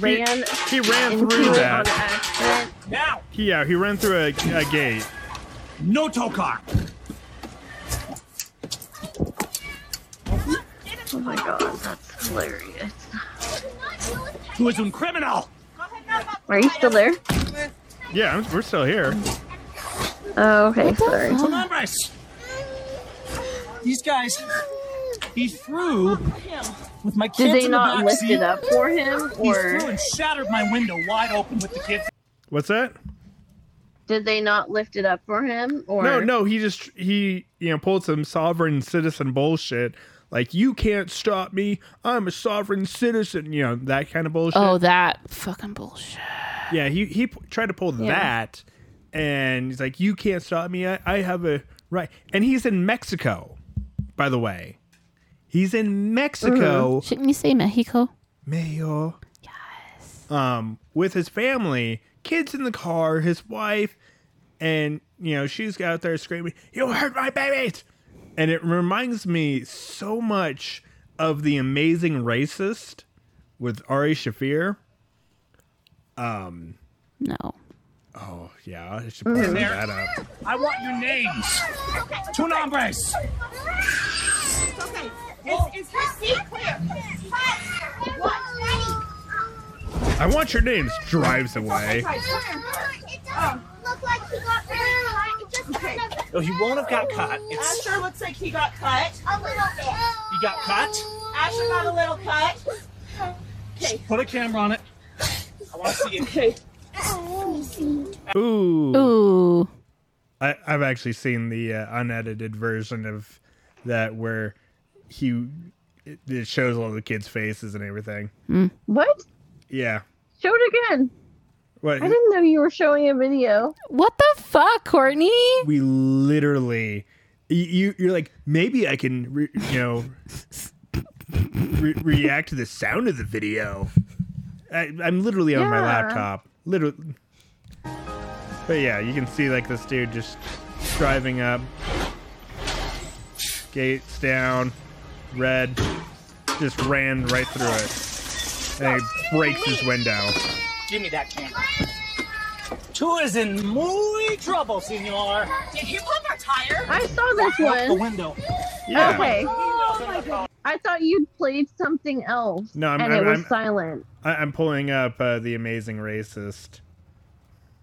C: ran
B: He ran
C: into
B: through
C: it on
B: that.
C: accident.
F: Now.
B: He, yeah, he ran through a, a gate.
F: No tow car.
C: Oh my god, that's hilarious.
F: Two is un criminal.
C: Are you still there?
B: Yeah, I'm- we're still here.
C: Oh, okay, sorry.
F: Two nombres. These guys. He threw with my kids
C: Did they
F: in the
C: not
F: back
C: lift
F: seat.
C: it up for him,
F: He threw
C: or
F: and shattered my window wide open with the kids.
B: What's that?
C: did they not lift it up for him? Or
B: No, no, he just he you know pulled some sovereign citizen bullshit. Like you can't stop me. I'm a sovereign citizen. You know that kind of bullshit.
A: Oh, that fucking bullshit.
B: Yeah, he he p- tried to pull that, and he's like, "You can't stop me. I, I have a right." And he's in Mexico, by the way. He's in Mexico,
A: Shouldn't you say Mexico?
B: Mayo. Yes. Um, with his family, kids in the car, his wife, and you know she's out there screaming, "You hurt my babies!" And it reminds me so much of the Amazing Racist with Ari Shafir.
A: No.
B: Oh yeah, I should pull that up.
F: I want your names. Two nombres.
G: Okay. Is, is her seat clear? What's ready?
B: I want your names. Drives away.
G: It doesn't look like he got cut. It just kind of-
F: No, he won't have got caught. It's
H: Asher looks like he got cut.
G: A little bit.
F: he got caught.
H: Asher got a little cut.
F: Put a camera on it. I want to see it.
H: Okay.
B: Ooh.
A: Ooh.
B: I, I've actually seen the uh, unedited version of that where he it, it shows all the kids' faces and everything.
C: what?
B: Yeah.
C: Show it again.
B: What
C: I didn't know you were showing a video.
A: What the fuck, Courtney?
B: we literally y- you you're like maybe I can re, you know re- react to the sound of the video. I, I'm literally on my
C: Yeah.
B: laptop, literally. But yeah, you can see like this dude just driving up, gates down, red, just ran right through it, and he breaks his window.
F: Give me that camera. Two is in muy trouble, senor.
H: Did you pop our tire?
C: I saw this
F: The
C: one. Oh
F: window.
B: Yeah.
C: Okay. I thought you played something else.
B: No, I'm-
C: and
B: I'm-
C: it was
B: I'm-
C: silent.
B: I- I'm pulling up uh, the Amazing Racist.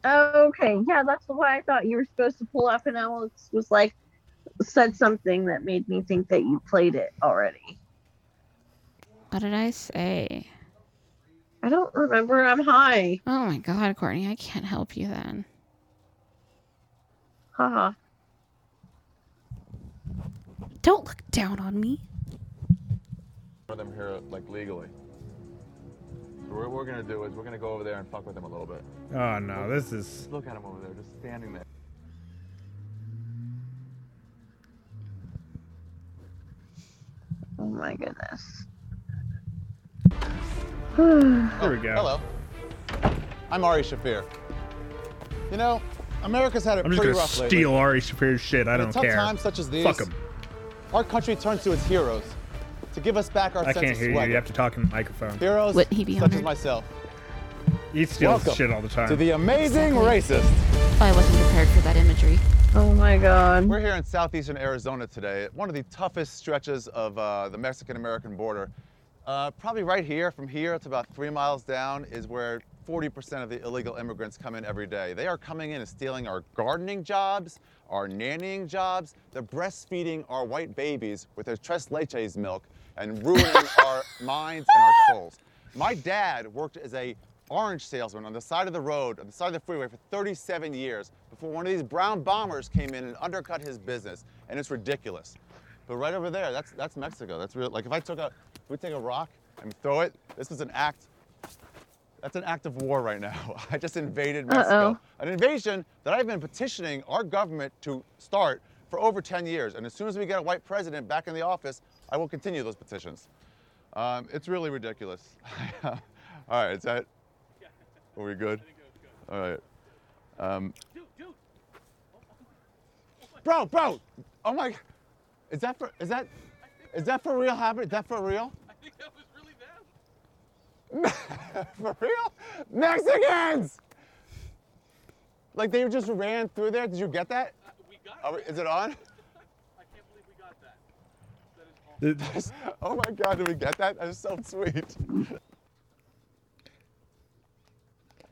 C: Okay, yeah, that's why I thought you were supposed to pull up, and Alex was like, said something that made me think that you played it already.
A: What did I say?
C: I don't remember. I'm high.
A: Oh my god, Courtney, I can't help you then.
C: Haha.
A: Don't look down on me.
E: for them here like legally. So what we're gonna do is we're gonna go over there and fuck with them a little bit.
B: Oh no, this is
E: Look at them over there, just standing there.
C: Oh my goodness.
B: There we go.
D: Hello. I'm Ari Shafir. You know, America's had it
B: I'm just
D: pretty
B: gonna
D: rough lately.
B: steal Ari Shafir's shit. I
D: In
B: don't
D: tough
B: care.
D: times such as these,
B: Fuck him.
D: our country turns to its heroes to give us back our
B: I
D: sense
B: can't
D: of
B: hear you.
D: swagger.
B: You have to talk in the microphone.
D: Heroes
A: Would he be
D: such as
A: honored?
D: myself.
B: He steals
D: Welcome
B: shit all the
D: To
B: time.
D: the amazing racist.
A: Oh, I wasn't prepared for that imagery.
C: Oh my god.
D: We're here in southeastern Arizona today, at one of the toughest stretches of uh, the Mexican-American border. Uh, probably right here, from here, it's about three miles down, is where 40% of the illegal immigrants come in every day. They are coming in and stealing our gardening jobs, our nannying jobs, they're breastfeeding our white babies with their tres leches milk and ruining our minds and our souls. My dad worked as a orange salesman on the side of the road, on the side of the freeway for 37 years before one of these brown bombers came in and undercut his business. And it's ridiculous. But right over there, that's that's Mexico. That's real. Like if I took a, if we take a rock and throw it, this is an act. That's an act of war right now. [laughs] I just invaded Mexico. An invasion that I've been petitioning our government to start for over 10 years. And as soon as we get a white president back in the office, I will continue those petitions. Um, it's really ridiculous. [laughs] All right, is that? Are we good? All right. Um, bro, bro! Oh my! Is that for? Is that? Is that for real, Howard? Is that for real? [laughs] For real? Mexicans! Like they just ran through there. Did you get that? Are we- is it on? [laughs]
B: The-
D: Oh my God! Did we get that? That is so sweet.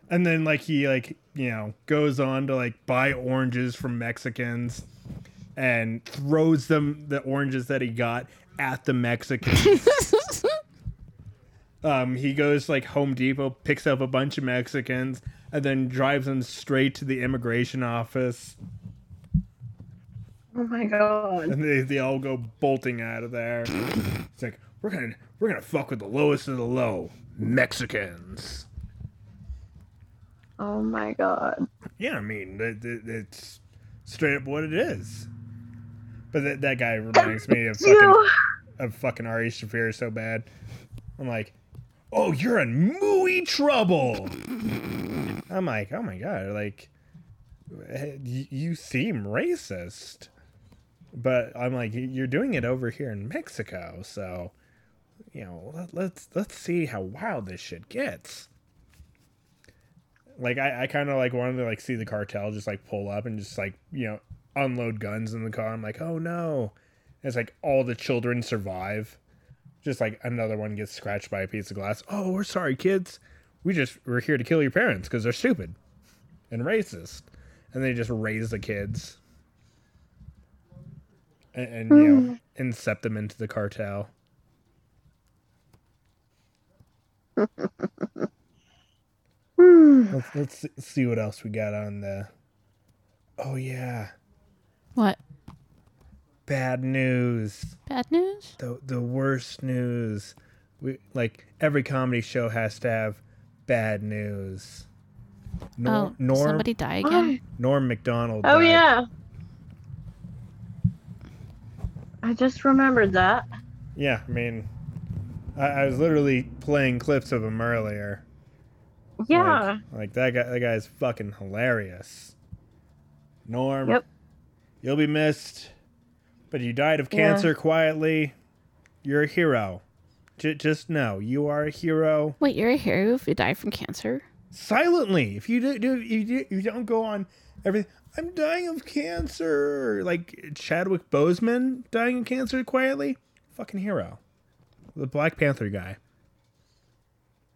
B: and then like he like you know goes on to like buy oranges from Mexicans and throws them the oranges that he got at the
D: [laughs]
B: Mexicans. um, he goes like Home Depot, picks up a bunch of Mexicans, and then drives them straight to the immigration office,
C: Oh my god.
B: and they, they all go bolting out of there. It's like we're gonna we're gonna fuck with the lowest of the low, Mexicans.
C: Oh my god.
B: Yeah, I mean, that that- it's straight up what it is. But that, that guy reminds me of fucking,
C: You.
B: of fucking Ari Shafir so bad. I'm like, oh, you're in mooey trouble. I'm like, oh my god, like, eh, you, you seem racist. But I'm like, "You- you're doing it over here in Mexico, so you know, let, let's let's see how wild this shit gets like I, I kind of like wanted to like see the cartel just like pull up and just like you know unload guns in the car. I'm like, oh no! And it's like all the children survive. Just like another one gets scratched by a piece of glass. Oh, we're sorry, kids. We just we're here to kill your parents because they're stupid and racist, and they just raise the kids and, and you know incept them into the cartel. Let's, let's see- see what else we got on the. Oh yeah,
A: [laughs] What?
B: bad news.
A: Bad news?
B: the the worst news. We like every comedy show has to have bad news. Nor,
A: oh, did
B: Norm
A: somebody die again?
B: Norm McDonald.
C: Oh
B: died.
C: yeah. I just remembered that.
B: Yeah, I mean, I, I was literally playing clips of him earlier.
C: Yeah.
B: Like, like that guy. That guy's fucking hilarious. Norm.
C: Yep.
B: You'll be missed, but you died of
C: Yeah.
B: cancer quietly. You're a hero. J- just know you are a hero.
A: [gasps] Wait, you're a hero if you die from cancer?
B: silently. If you do, do you do, you don't go on everything. I'm dying of cancer, like Chadwick Boseman dying of cancer quietly. Fucking hero, the Black Panther guy,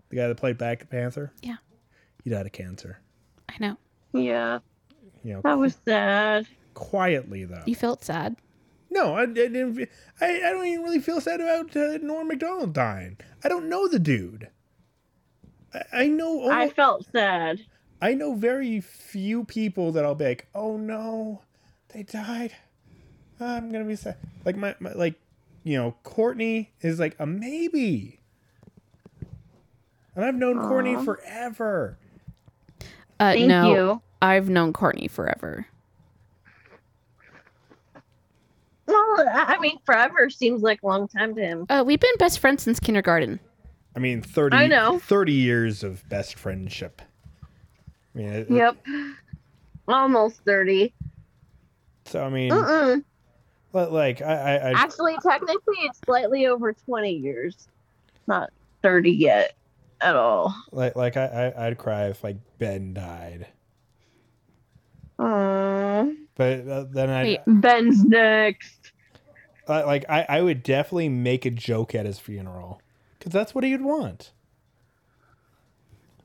B: the guy that played Black Panther.
A: Yeah.
B: he died of cancer.
A: I know.
C: Yeah.
B: You know,
C: That was sad.
B: quietly though.
A: You felt sad.
B: No, I, I didn't. fe- I, I don't even really feel sad about uh, Norm Macdonald dying. I don't know the dude. I, I know. Almost,
C: I felt sad.
B: I know very few people that I'll be like, oh no, they died. I'm gonna be sad. Like my, my like, you know, Courtney is like a maybe. And I've known Courtney forever.
A: Uh,
C: Thank
A: no,
C: you.
A: I've known Courtney forever.
C: Well, I I mean, forever seems like a long time to him.
A: Uh, we've been best friends since kindergarten.
B: I mean, 30,
C: I know.
B: 30 years of best friendship. I mean, it-
C: Yep. Almost 30.
B: So I mean,
C: Mm-mm.
B: li- like I, I, I
C: Actually, technically, it's slightly over 20 years. Not 30 yet at all.
B: like, like I, I, I'd cry if like Ben died,
C: Aww.
B: but uh, then I,
A: Wait.
C: Ben's next.
B: I- like I, I would definitely make a joke at his funeral because that's what he'd want.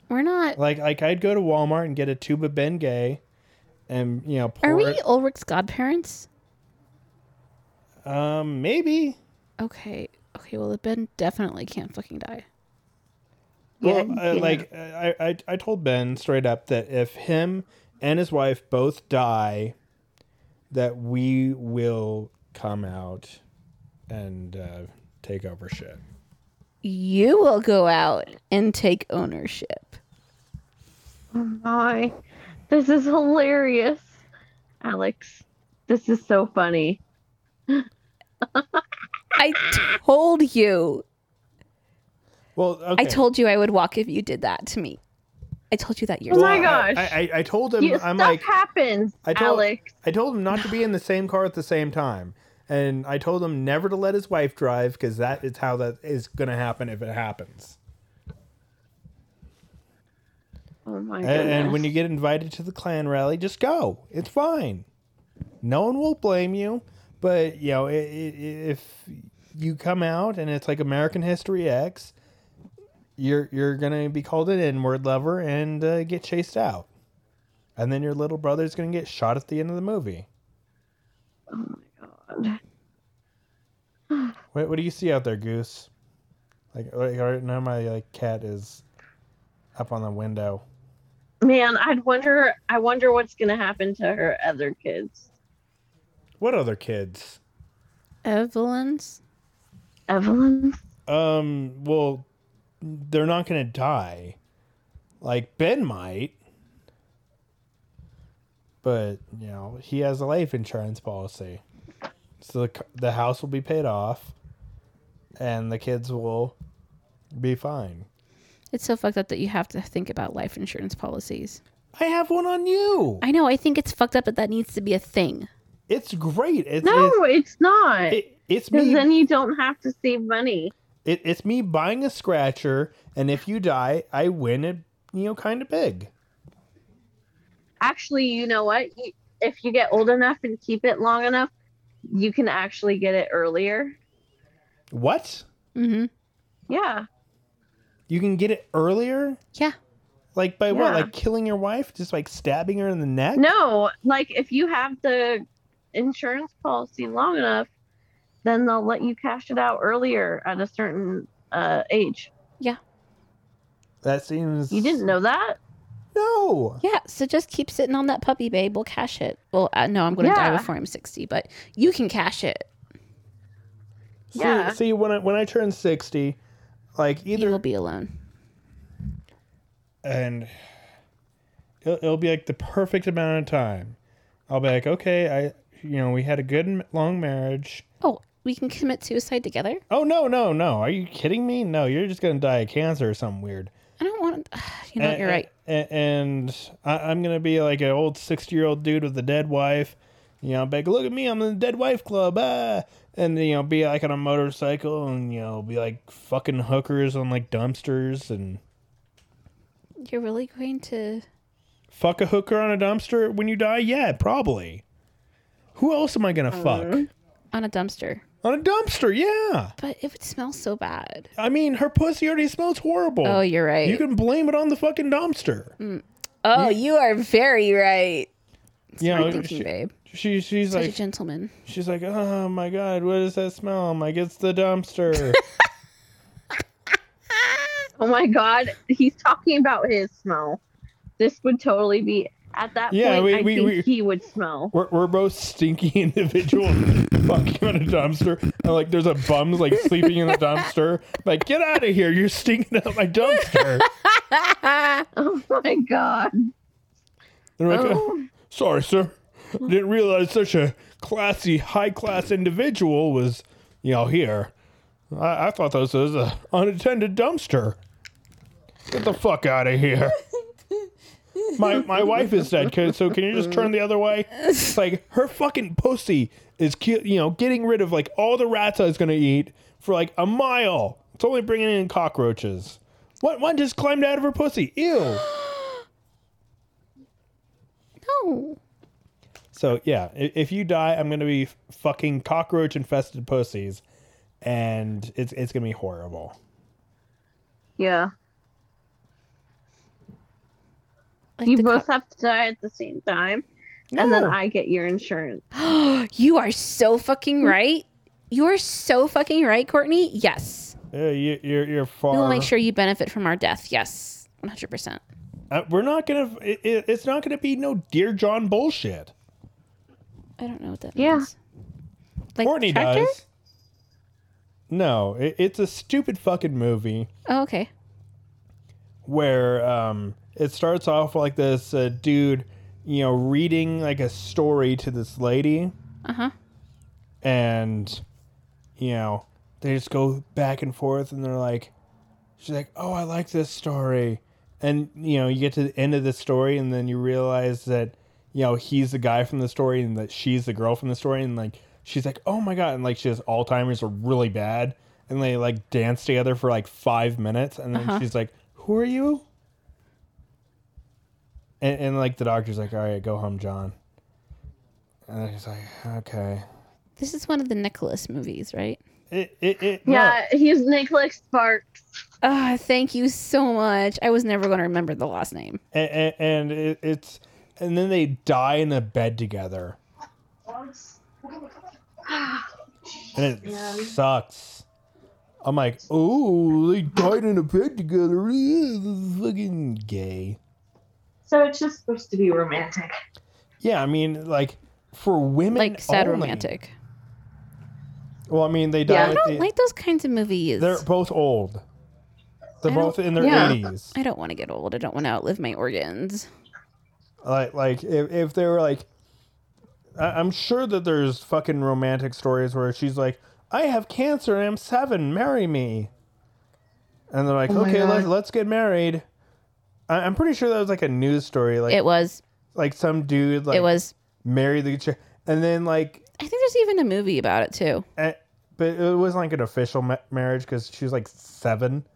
A: We're not.
B: Like like I'd go to Walmart and get a tube of Bengay, and you know pour
A: Are we
B: it.
A: Ulrich's godparents?
B: Um, maybe.
A: Okay. Okay, well, Ben definitely can't fucking die.
C: Yeah,
B: Well, uh,
C: yeah.
B: like I, I I told Ben straight up that if him and his wife both die, that we will come out and uh, take over shit.
A: You will go out and take ownership.
C: My, this is hilarious, Alex. This is so funny.
I: I told you.
B: Well, okay.
I: I told you I would walk if you did that to me. I told you that years
C: Oh my
I: ago.
C: gosh.
B: I, I, I told him.
C: You,
B: I'm
C: stuff
B: like,
C: happens,
B: I told,
C: Alex.
B: I told him not to be in the same car at the same time. And I told him never to let his wife drive because that is how that is going to happen if it happens.
C: Oh my
B: A-
C: goodness.
B: And, when you get invited to the Klan rally, just go. It's fine. No one will blame you. But, you know, i- i- i- if you come out and it's like American History X, you're, you're going to be called an N word lover and uh, get chased out. And then your little brother's going to get shot at the end of the movie.
C: God.
B: What, what do you see out there, Goose? Like, like right now my like cat is up on the window.
C: man, I'd wonder. I wonder what's gonna happen to her other kids.
B: What other kids?
A: Evelyn's.
C: Evelyn.
B: Um, well, they're not gonna die. Like Ben might, but you know he has a life insurance policy, so the c- the house will be paid off, and the kids will be fine.
A: It's so fucked up that you have to think about life insurance policies.
B: I have one on you.
A: I know. I think it's fucked up that that needs to be a thing.
B: It's great. It's
C: No, it's not.
B: It, it, it's
C: Because
B: me.
C: then you don't have to save money.
B: It, it's me buying a scratcher, and if you die, I win it. You know, kind of big.
C: Actually, you know what? You- If you get old enough and keep it long enough, you can actually get it earlier.
B: What?
A: Mm-hmm.
C: Yeah.
B: You can get it earlier.
A: Yeah.
B: Like by what?
C: Yeah.
B: Like killing your wife? Just like stabbing her in the neck?
C: No, like if you have the insurance policy long enough, then they'll let you cash it out earlier at a certain uh, age.
B: That seems.
C: You didn't know that?
B: No.
A: Yeah. So just keep sitting on that puppy, babe. We'll cash it. Well, uh, no, I'm going to die
C: Yeah.
A: before I'm 60, but you can cash it.
B: See-
C: Yeah.
B: See, when I when I turn sixty, like
A: You
B: either
A: will be alone.
B: and it'll, it'll be like the perfect amount of time. I'll be like, okay, I, you know, we had a good m- long marriage.
A: Oh, we can commit suicide together?
B: Oh no, no, no! Are you kidding me? No, you're just gonna die of cancer or something weird.
A: I don't want [sighs] to. You know,
B: And-
A: what, you're right.
B: And, and I, I'm gonna be like an old sixty year old dude with a dead wife. You know, be like, look at me, I'm in the dead wife club, ah! and you know, be like on a motorcycle, and you know, be like fucking hookers on like dumpsters, and
A: You're really going to.
B: fuck a hooker on a dumpster when you die. Yeah, probably. Who else am I gonna
A: Oh,
B: fuck
A: On a dumpster.
B: on a dumpster? Yeah,
A: But it would smell so bad.
B: I mean, her pussy already smells horrible.
A: Oh, you're right. Mm,
B: Oh. You can blame it on the fucking dumpster.
I: Oh, you are very right.
B: you
A: I'm
B: know,
A: thinking,
B: she-
A: babe.
B: She she's
A: Such a
B: like
A: gentleman.
B: she's like, oh my god, what is that smell? I'm like, it's the dumpster.
C: Oh my God. [laughs] He's talking about his smell. This would totally be at that
B: Yeah,
C: point.
B: we-
C: I
B: we-
C: think
B: we-
C: he would smell. [laughs]
B: we're, we're both stinky [laughs] individuals fucking on a dumpster, and like there's a bum like sleeping in the dumpster. Like, get out of here! You're stinking up my dumpster.
C: Oh my
B: [laughs]
C: God.
B: They're like,
C: Oh.
B: "Uh, sorry, sir, didn't realize such a classy, high class individual was, you know, here. I, I thought this was a unattended dumpster. Get the fuck out of here. My my wife is dead, kid, so can you just turn the other way? It's like her fucking pussy is, ki- you know, getting rid of like all the rats I was gonna eat for like a mile. It's only bringing in cockroaches. One one just climbed out of her pussy. Ew.
A: No.
B: So yeah, i- if you die, I'm gonna be f- fucking cockroach infested pussies, and it's it's gonna be horrible.
C: Yeah.
A: Like
C: You
A: the
C: both have to die at the same time. And then I get your insurance.
I: You are so
C: Mm-hmm.
I: fucking right.
A: You are so fucking right, Courtney. Yes.
B: Uh, you, you're you're far.
A: We will make sure you benefit from our death. Yes. 100%.
B: Uh, we're not gonna. It, it, it's not gonna be no dear John bullshit.
A: I don't know what that
C: Yeah.
A: means. Like
B: Courtney
A: tractor?
B: does. No, it, it's a stupid fucking movie.
A: Oh, okay.
B: where um, it starts off like this uh, dude, you know, reading like a story to this lady.
A: Uh-huh.
B: And you know, they just go back and forth and they're like, she's like, oh, I like this story. And, you know, you get to the end of the story and then you realize that, you know, he's the guy from the story and that she's the girl from the story. And, like, she's like, oh my God. And, like, she has Alzheimer's are really bad. And they, like, dance together for, like, five minutes. And then she's like, who are you? And, and, like, the doctor's like, all right, go home, John. And then he's like, okay.
A: This is one of the Nicholas movies, right?
B: It, it, it, no.
C: Yeah, he's Nicholas Sparks.
A: Ah, thank you so much. I was never going to remember the last name.
B: and, and it, it's and then they die in a bed together and it sucks i'm like oh they died in a bed together Yeah, this is fucking gay
J: So it's just supposed to be romantic.
B: yeah i mean like for women
A: Like sad
B: only.
A: romantic.
B: well i mean they die
A: I
B: at
A: don't
B: the-
A: like those kinds of movies.
B: they're both old they're
A: I
B: both in their
J: yeah.
B: 80s
A: I don't want to get old. I don't want to outlive my organs.
B: like like if, if they were like I, i'm sure that there's fucking romantic stories where she's like i have cancer and i'm seven marry me and they're like okay let, let's get married I, i'm pretty sure that was like a news story like
A: It was.
B: like some dude like
A: It was.
B: married the chick and then like
A: I think there's even a movie about it too.
B: eh, but it wasn't like an official ma- marriage because she was like seven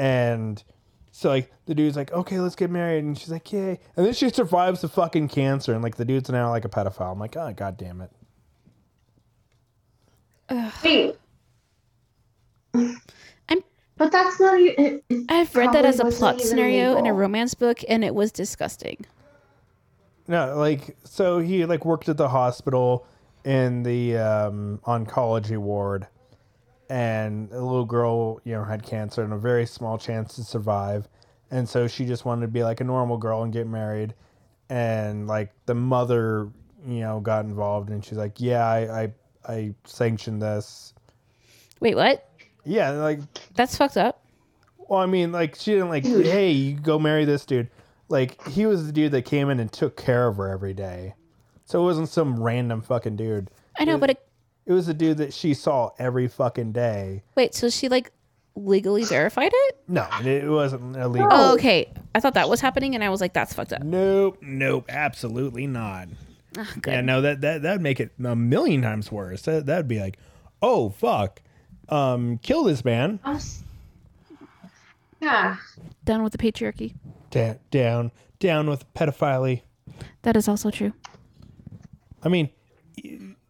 B: and so like the dude's like okay let's get married and she's like yay and then she survives the fucking cancer and like the dude's now like a pedophile i'm like oh god damn it
J: Wait,
A: I'm-
J: But that's not. e- It, it
A: I've read that
J: probably
A: as a
J: wasn't
A: plot
J: even
A: scenario in a
J: legal.
A: romance book, and it was disgusting.
B: no like so he like worked at the hospital in the um, oncology ward and a little girl you know had cancer and a very small chance to survive and so she just wanted to be like a normal girl and get married and like the mother you know got involved and she's like yeah i i, I sanctioned this
A: Wait, what?
B: yeah and, like
A: That's fucked up.
B: well i mean like she didn't like hey you go marry this dude like he was the dude that came in and took care of her every day so it wasn't some random fucking dude
A: I know, but it,
B: it was a dude that she saw every fucking day
A: wait, so she like legally verified it?
B: no it wasn't illegal
A: Oh, okay. I thought that was happening, and I was like, that's fucked up.
B: Nope, nope, absolutely not.
A: Ah, good.
B: Yeah, no, that that that'd make it a million times worse. That that'd be like, oh fuck, um, kill this man.
J: Yeah.
A: Done with the patriarchy.
B: Da- down, down with pedophilia.
A: That is also true.
B: I mean,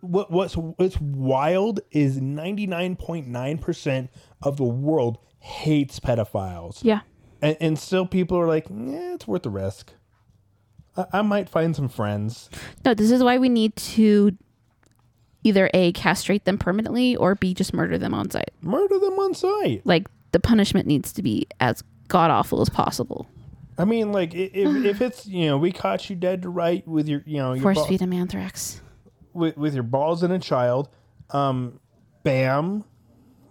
B: what what's what's wild is ninety nine point nine percent of the world hates pedophiles,
A: Yeah.
B: and, and still people are like, yeah, it's worth the risk. I, I might find some friends.
A: No, this is why we need to either A, castrate them permanently, or B, just murder them on site.
B: Murder them on sight.
A: Like, the punishment needs to be as god awful as possible.
B: I mean, like i- if, if it's you know we caught you dead to right with your you know your
A: Force
B: ba-
A: feed them anthrax.
B: with, with your balls and a child, um, bam,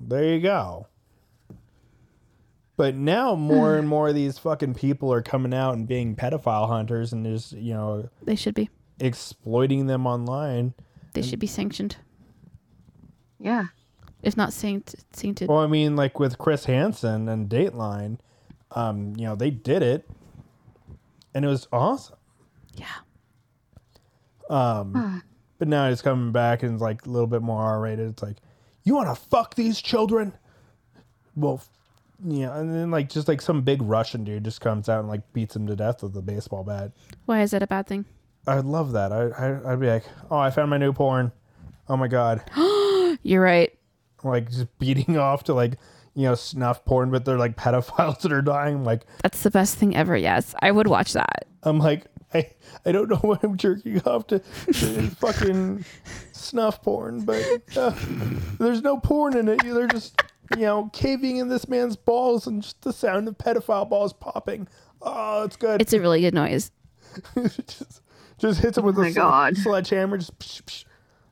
B: there you go. But now more and more of these fucking people are coming out and being pedophile hunters and just you know
A: They should be.
B: exploiting them online.
A: They should be sanctioned.
C: Yeah.
A: If not saint- sainted.
B: Well, I mean, like with Chris Hansen and Dateline, um, you know they did it, and it was awesome. Um,
A: yeah.
B: But now it's coming back and it's like a little bit more R rated. It's like, you want to fuck these children? Well, f- yeah. And then like just like some big Russian dude just comes out and like beats him to death with a baseball bat.
A: Why is that a bad thing?
B: I'd love that. I, I I'd be like, oh, I found my new porn. Oh my god,
A: You're right.
B: like just beating [laughs] off to like you know snuff porn, but they're like pedophiles [laughs] that are dying. I'm like
A: That's the best thing ever. Yes, I would watch that.
B: I'm like. I, I don't know [laughs] why I'm jerking off to, [laughs] to fucking snuff porn, but uh, there's no porn in it. They're just, you know, caving in this man's balls and just the sound of pedophile balls popping. Oh, it's good.
A: It's a really good noise.
B: [laughs] just, just hits him with
C: my
B: a sl-
C: God.
B: sledgehammer. Just psh, psh.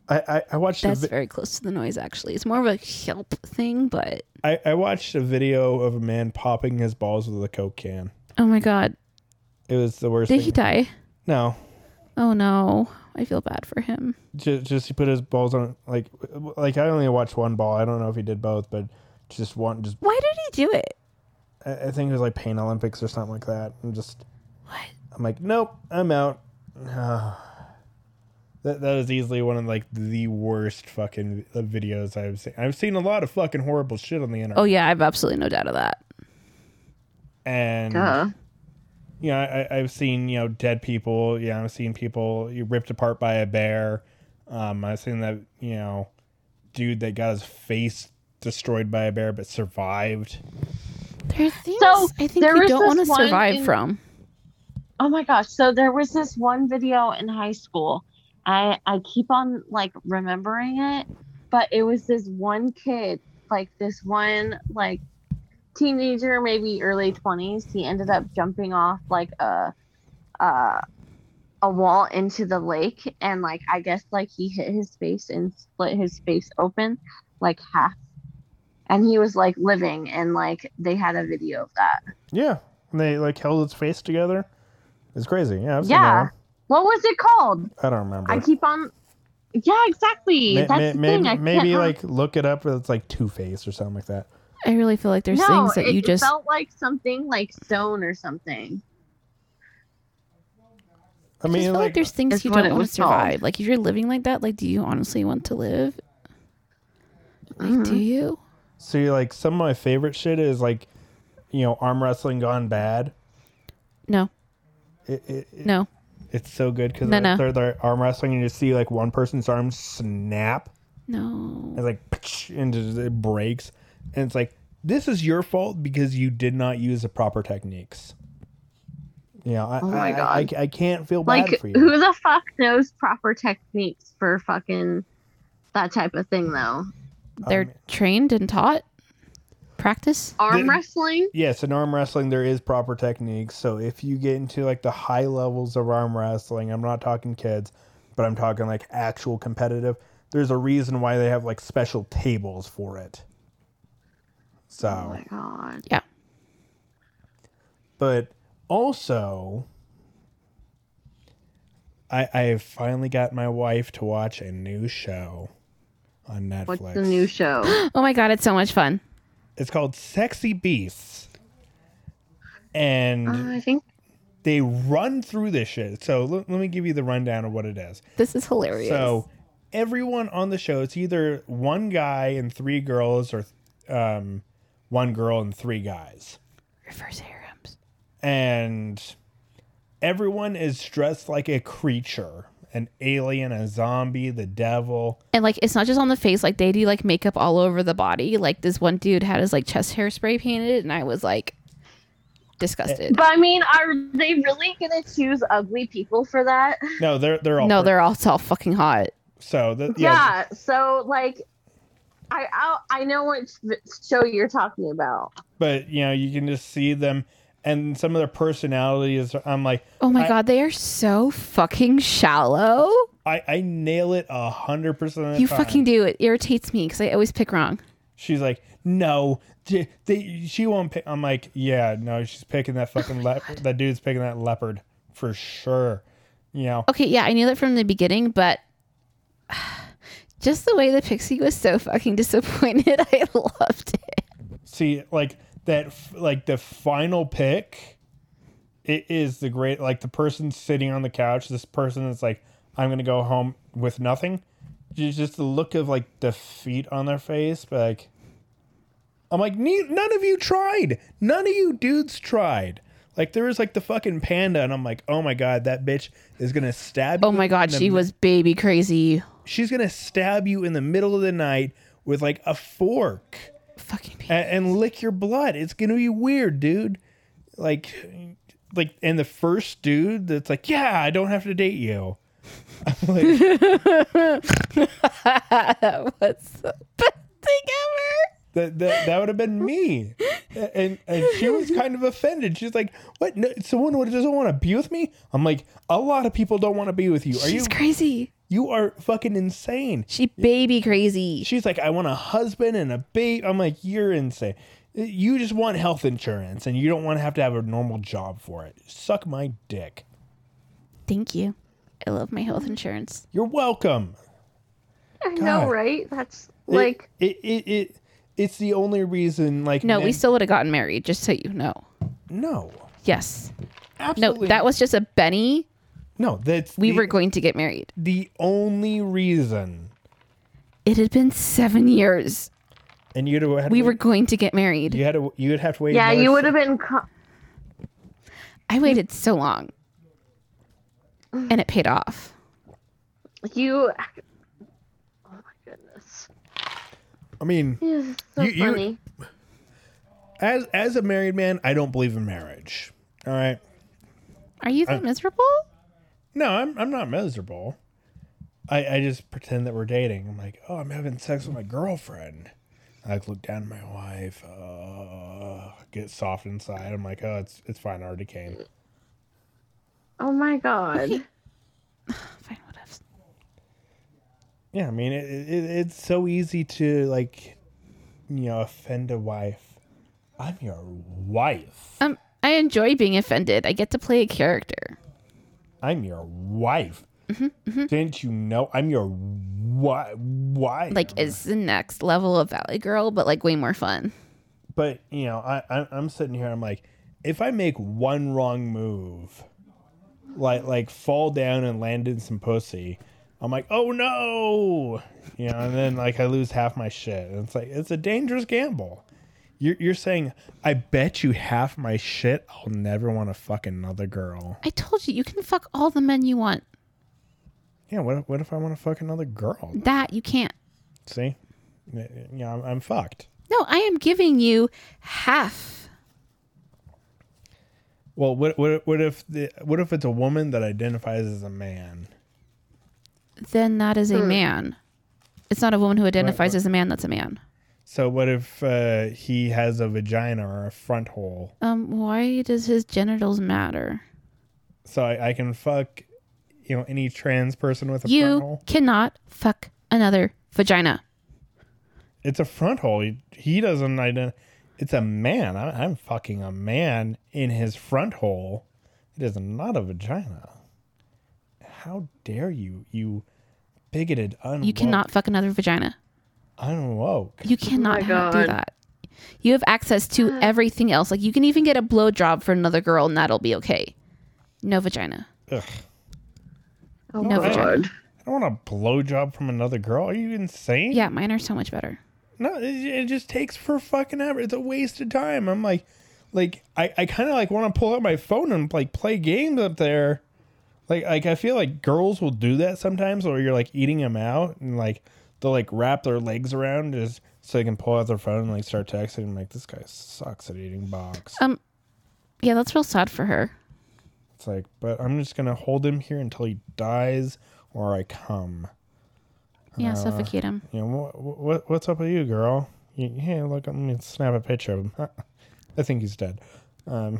B: I, I, I watched a
A: That's
B: vi-
A: very close to the noise, actually. It's more of a help thing, but
B: I, I watched a video of a man popping his balls with a coke can.
A: oh my god,
B: It was the worst
A: did
B: thing.
A: he die?
B: no,
A: Oh no, I feel bad for him.
B: just, just he put his balls on like like I only watched one ball. I don't know if he did both, but just one. Just
A: Why did he do it?
B: I I think it was like Pain Olympics or something like that. I'm just I'm like, nope, I'm out. [sighs] that that is easily one of like the worst fucking uh, videos I've seen. I've seen a lot of fucking horrible shit on the internet.
A: Oh yeah, I've absolutely no doubt of that.
B: and
A: Duh.
B: you know, I, I've seen you know dead people. You know, I've seen people ripped apart by a bear. Um, I've seen that you know dude that got his face destroyed by a bear but survived.
A: There are things
C: So,
A: I think
C: there
A: you
C: was
A: don't want to
C: this one
A: survive
C: in-
A: from.
C: Oh my gosh. So there was this one video in high school. I I keep on like remembering it, but it was this one kid, like this one like teenager, maybe early 20s, he ended up jumping off like a uh a wall into the lake and like I guess like he hit his face and split his face open like half. And he was like living and like they had a video of that.
B: Yeah, and they like held its face together. It's crazy. Yeah, I've seen that
C: Yeah.
B: one.
C: What was it called?
B: I don't remember.
C: I keep on. Yeah, exactly.
B: Ma-
C: That's
B: ma-
C: the
B: maybe
C: thing. I
B: maybe
C: can't
B: like look it up. It's like Two Face or something like that.
A: I really feel like there's
C: no,
A: things that
C: it
A: you just
C: felt like something like stone or something.
A: I
B: I mean,
A: just feel like,
B: like,
A: there's things
C: That's
A: you
C: what
A: don't
C: it
A: want to
C: was called.
A: survive. Like if you're living like that, like do you honestly want to live? Like
C: Mm-hmm.
A: do you?
B: So you're like some of my favorite shit is like, you know, arm wrestling gone bad.
A: No,
B: It, it, it-
A: no.
B: it's so good because
A: No, no.
B: they're, they're arm wrestling and you see like one person's arm snap
A: No.
B: and like "Psh," and just, it breaks and it's like this is your fault because you did not use the proper techniques. Yeah, I,
C: Oh my
B: I,
C: God.
B: I, I can't feel bad
C: Like
B: for you.
C: who the fuck knows proper techniques for fucking that type of thing though?
A: They're
B: Um,
A: trained and taught. Practice.
C: Arm
B: The-
C: wrestling?
B: Yes, in arm wrestling there is proper techniques. So if you get into like the high levels of arm wrestling, I'm not talking kids, but I'm talking like actual competitive. There's a reason why they have like special tables for it. So,
C: Oh my god.
B: but also I I have finally got my wife to watch a new show on Netflix.
C: What's the new show?
A: Oh my god, it's so much fun.
B: It's called Sexy Beasts. And
C: Uh, I think
B: they run through this shit. So l- let me give you the rundown of what it is.
A: This is
C: Oh,
A: hilarious.
B: So everyone on the show, it's either one guy and three girls or um, one girl and three guys.
A: reverse harems.
B: And everyone is dressed like a creature an alien, a zombie, the devil.
A: And like it's not just on the face, like they do like makeup all over the body. Like this one dude had his like chest hairspray painted and I was like disgusted.
C: But I mean, are they really gonna choose ugly people for that?
B: No, they're they're all
A: No,
B: per-
A: they're all so fucking hot.
B: so the, yeah.
C: Yeah. So like, I I, I know which v- show you're talking about.
B: But you know, you can just see them and some of their personalities. I'm like,
A: Oh my
B: I-
A: god, they are so fucking shallow.
B: I, I nail it a hundred percent. of the
A: You
B: time.
A: fucking do. It irritates me because I always pick wrong.
B: She's like, no, j- they, she won't pick. I'm like, yeah, no, she's picking that
A: Oh
B: fucking leopard. That dude's picking that leopard for sure. You know,
A: Okay, yeah, I knew that from the beginning, but [sighs] just the way the pixie was so fucking disappointed, [laughs] I loved it.
B: see, like that, f- like the final pick, it is the great, like the person sitting on the couch. This person is like, I'm gonna go home with nothing. Just just the look of like defeat on their face, but like, I'm like, "Ne- none of you tried. None of you dudes tried. Like there was like the fucking panda, and I'm like, oh my god, that bitch is gonna stab.
A: Oh
B: you
A: my
B: in
A: god,
B: the
A: she
B: mi-
A: was baby crazy.
B: She's gonna stab you in the middle of the night with like a fork
A: Fucking [laughs] baby.
B: and, and lick your blood. It's gonna be weird, dude. Like, like, and the first dude that's like, yeah, I don't have to date you. I'm like,
A: that was the best thing ever.
B: That that, that would have been me. And and she was kind of offended. She's like, "What? No, someone who doesn't want to be with me?" I'm like, "A lot of people don't want to be with you. Are
A: She's
B: you
A: crazy.
B: you are fucking insane."
A: She baby crazy.
B: She's like, "I want a husband and a babe." I'm like, "You're insane. You just want health insurance and you don't want to have to have a normal job for it. Suck my dick."
A: Thank you. I love my health insurance.
B: You're welcome.
K: I know,
B: God.
K: right? That's
B: It-
K: like
B: it, it, it, it's the only reason. Like
A: No, we
B: men-
A: still would have gotten married, just so you know.
B: no,
A: Yes. No,
B: Absolutely.
A: that was just a Benny.
B: no. That's
A: We
B: the-
A: were going to get married.
B: the only reason.
A: It had been seven years.
B: And you'd have had to
A: We
B: wait-
A: were going to get married.
B: You had to. You'd have to wait.
K: yeah,
B: another
K: you
B: s-
K: would have been. Co-
A: I waited so long. And it paid off.
K: you. Oh my goodness.
B: I mean,
K: Yeah, so
B: You- you-
K: funny.
B: as as a married man, I don't believe in marriage. All right.
A: Are you that
B: Uh,
A: miserable?
B: No, I'm I'm not miserable. I I just pretend that we're dating. I'm like, oh, I'm having sex with my girlfriend. I like look down at my wife. Uh, get soft inside. I'm like, oh, it's it's fine. I already came.
K: Oh my god.
A: Fine, whatevs.
B: Yeah, I mean, it, it, it's so easy to like, you know, offend a wife. I'm your wife.
A: Um, I enjoy being offended. I get to play a character.
B: I'm your wife. Didn't you know I'm your wi- wife?
A: Like, it's the next level of Valley Girl, but like way more fun.
B: but you know, I, I I'm sitting here. I'm like, if I make one wrong move, like like fall down and land in some pussy, I'm like, oh no, you know, and then like I lose half my shit, and it's like it's a dangerous gamble. You're you're saying I bet you half my shit I'll never want to fuck another girl.
A: I told you, you can fuck all the men you want.
B: Yeah, what if, what if I want to fuck another girl?
A: That you can't.
B: See, yeah, I'm, I'm fucked.
A: No, I am giving you half.
B: Well, what what what if the, what if it's a woman that identifies as a man?
A: Then that is a man. It's not a woman who identifies
B: right.
A: as a man. That's a man.
B: So what if uh, he has a vagina or a front hole?
A: Um, why does his genitals matter?
B: So I, I can fuck, you know, any trans person with a front
A: you
B: hole.
A: cannot fuck another vagina.
B: It's a front hole. He, he doesn't identify. It's a man. I, I'm fucking a man in his front hole. It is not a vagina. How dare you, you bigoted, unwoke,
A: You cannot fuck another vagina.
B: unwoke.
A: You cannot ha- do
K: God.
A: that. You have access to everything else. Like you can even get a blowjob for another girl, and that'll be okay. No vagina.
B: Ugh.
K: Oh
A: No
K: my
A: vagina.
K: god.
B: I don't want a blowjob from another girl. Are you insane?
A: Yeah, mine are so much better.
B: No, it, it just takes for fucking ever. It's a waste of time. I'm like, like I, I kind of like want to pull out my phone and like play games up there. Like, like I feel like girls will do that sometimes, or you're like eating them out and like they'll like wrap their legs around just so they can pull out their phone and like start texting. I'm like, this guy sucks at eating box.
A: Um, yeah, that's real sad for her.
B: It's like, but I'm just gonna hold him here until he dies or I come.
A: Yeah,
B: Uh,
A: suffocate him.
B: You know, what, what what's up with you, girl? You, hey, look, let me snap a picture of him. [laughs] I think he's dead. Um,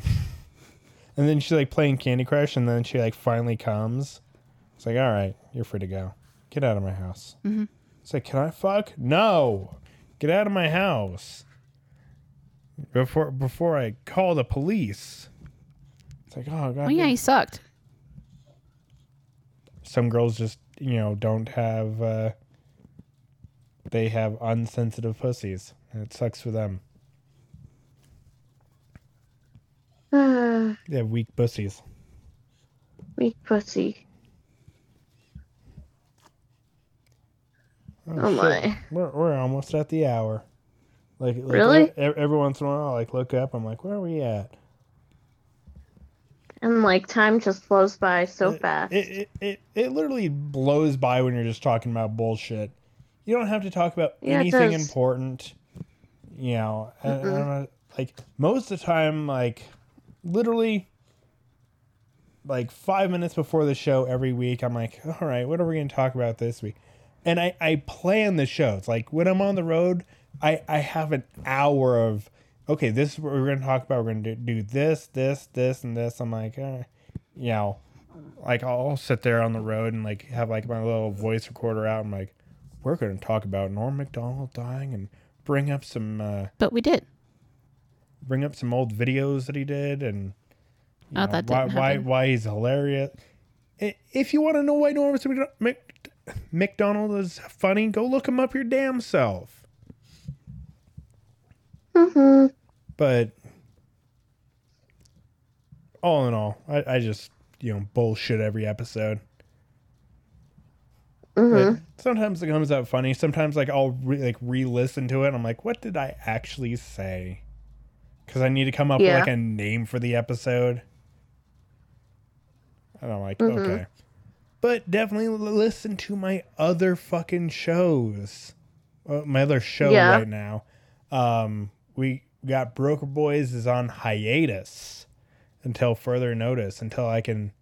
B: [laughs] and then she's like playing Candy Crush, and then she like finally comes. It's like, all right, you're free to go. Get out of my house. Mm-hmm. It's like, can I fuck? No, get out of my house before before I call the police. It's like, oh god,
A: Oh yeah, he sucked.
B: some girls just you know don't have uh they have unsensitive pussies and it sucks for them
K: [sighs]
B: they have weak pussies
K: Weak pussy.
B: oh,
K: Oh
B: shit.
K: my.
B: we're, we're almost at the hour like, like
K: Really?
B: e- every once in a while i like look up i'm like where are we at
K: And like time just flows by so fast.
B: Uh, it, it, it, it literally blows by when you're just talking about bullshit you don't have to talk about
K: Yeah, it
B: anything
K: does.
B: important you know I, I don't know, like most of the time like literally like five minutes before the show every week i'm like all right what are we going to talk about this week and i i plan the show it's like when i'm on the road i i have an hour of okay this is what we're going to talk about we're going to do, do this this this and this i'm like uh, you know like i'll sit there on the road and like have like my little voice recorder out and like we're going to talk about norm mcdonald dying and bring up some uh
A: But we did.
B: bring up some old videos that he did and you
A: Oh, that
B: why
A: didn't
B: why
A: happen.
B: why he's hilarious. I- If you want to know why Norm Mac- McDonald is funny, go look him up your damn self.
K: Mm-hmm.
B: But all in all, I, I just you know bullshit every episode.
K: Mm-hmm.
B: But sometimes it comes out funny. Sometimes like I'll re- like re-listen to it. And I'm like, what did I actually say? Because I need to come up
K: Yeah.
B: with like a name for the episode. And I'm like,
K: Mhm.
B: okay. But definitely l- listen to my other fucking shows. Uh, my other show
K: Yeah.
B: right now. Um, we got Broker Boys is on hiatus until further notice, until I can,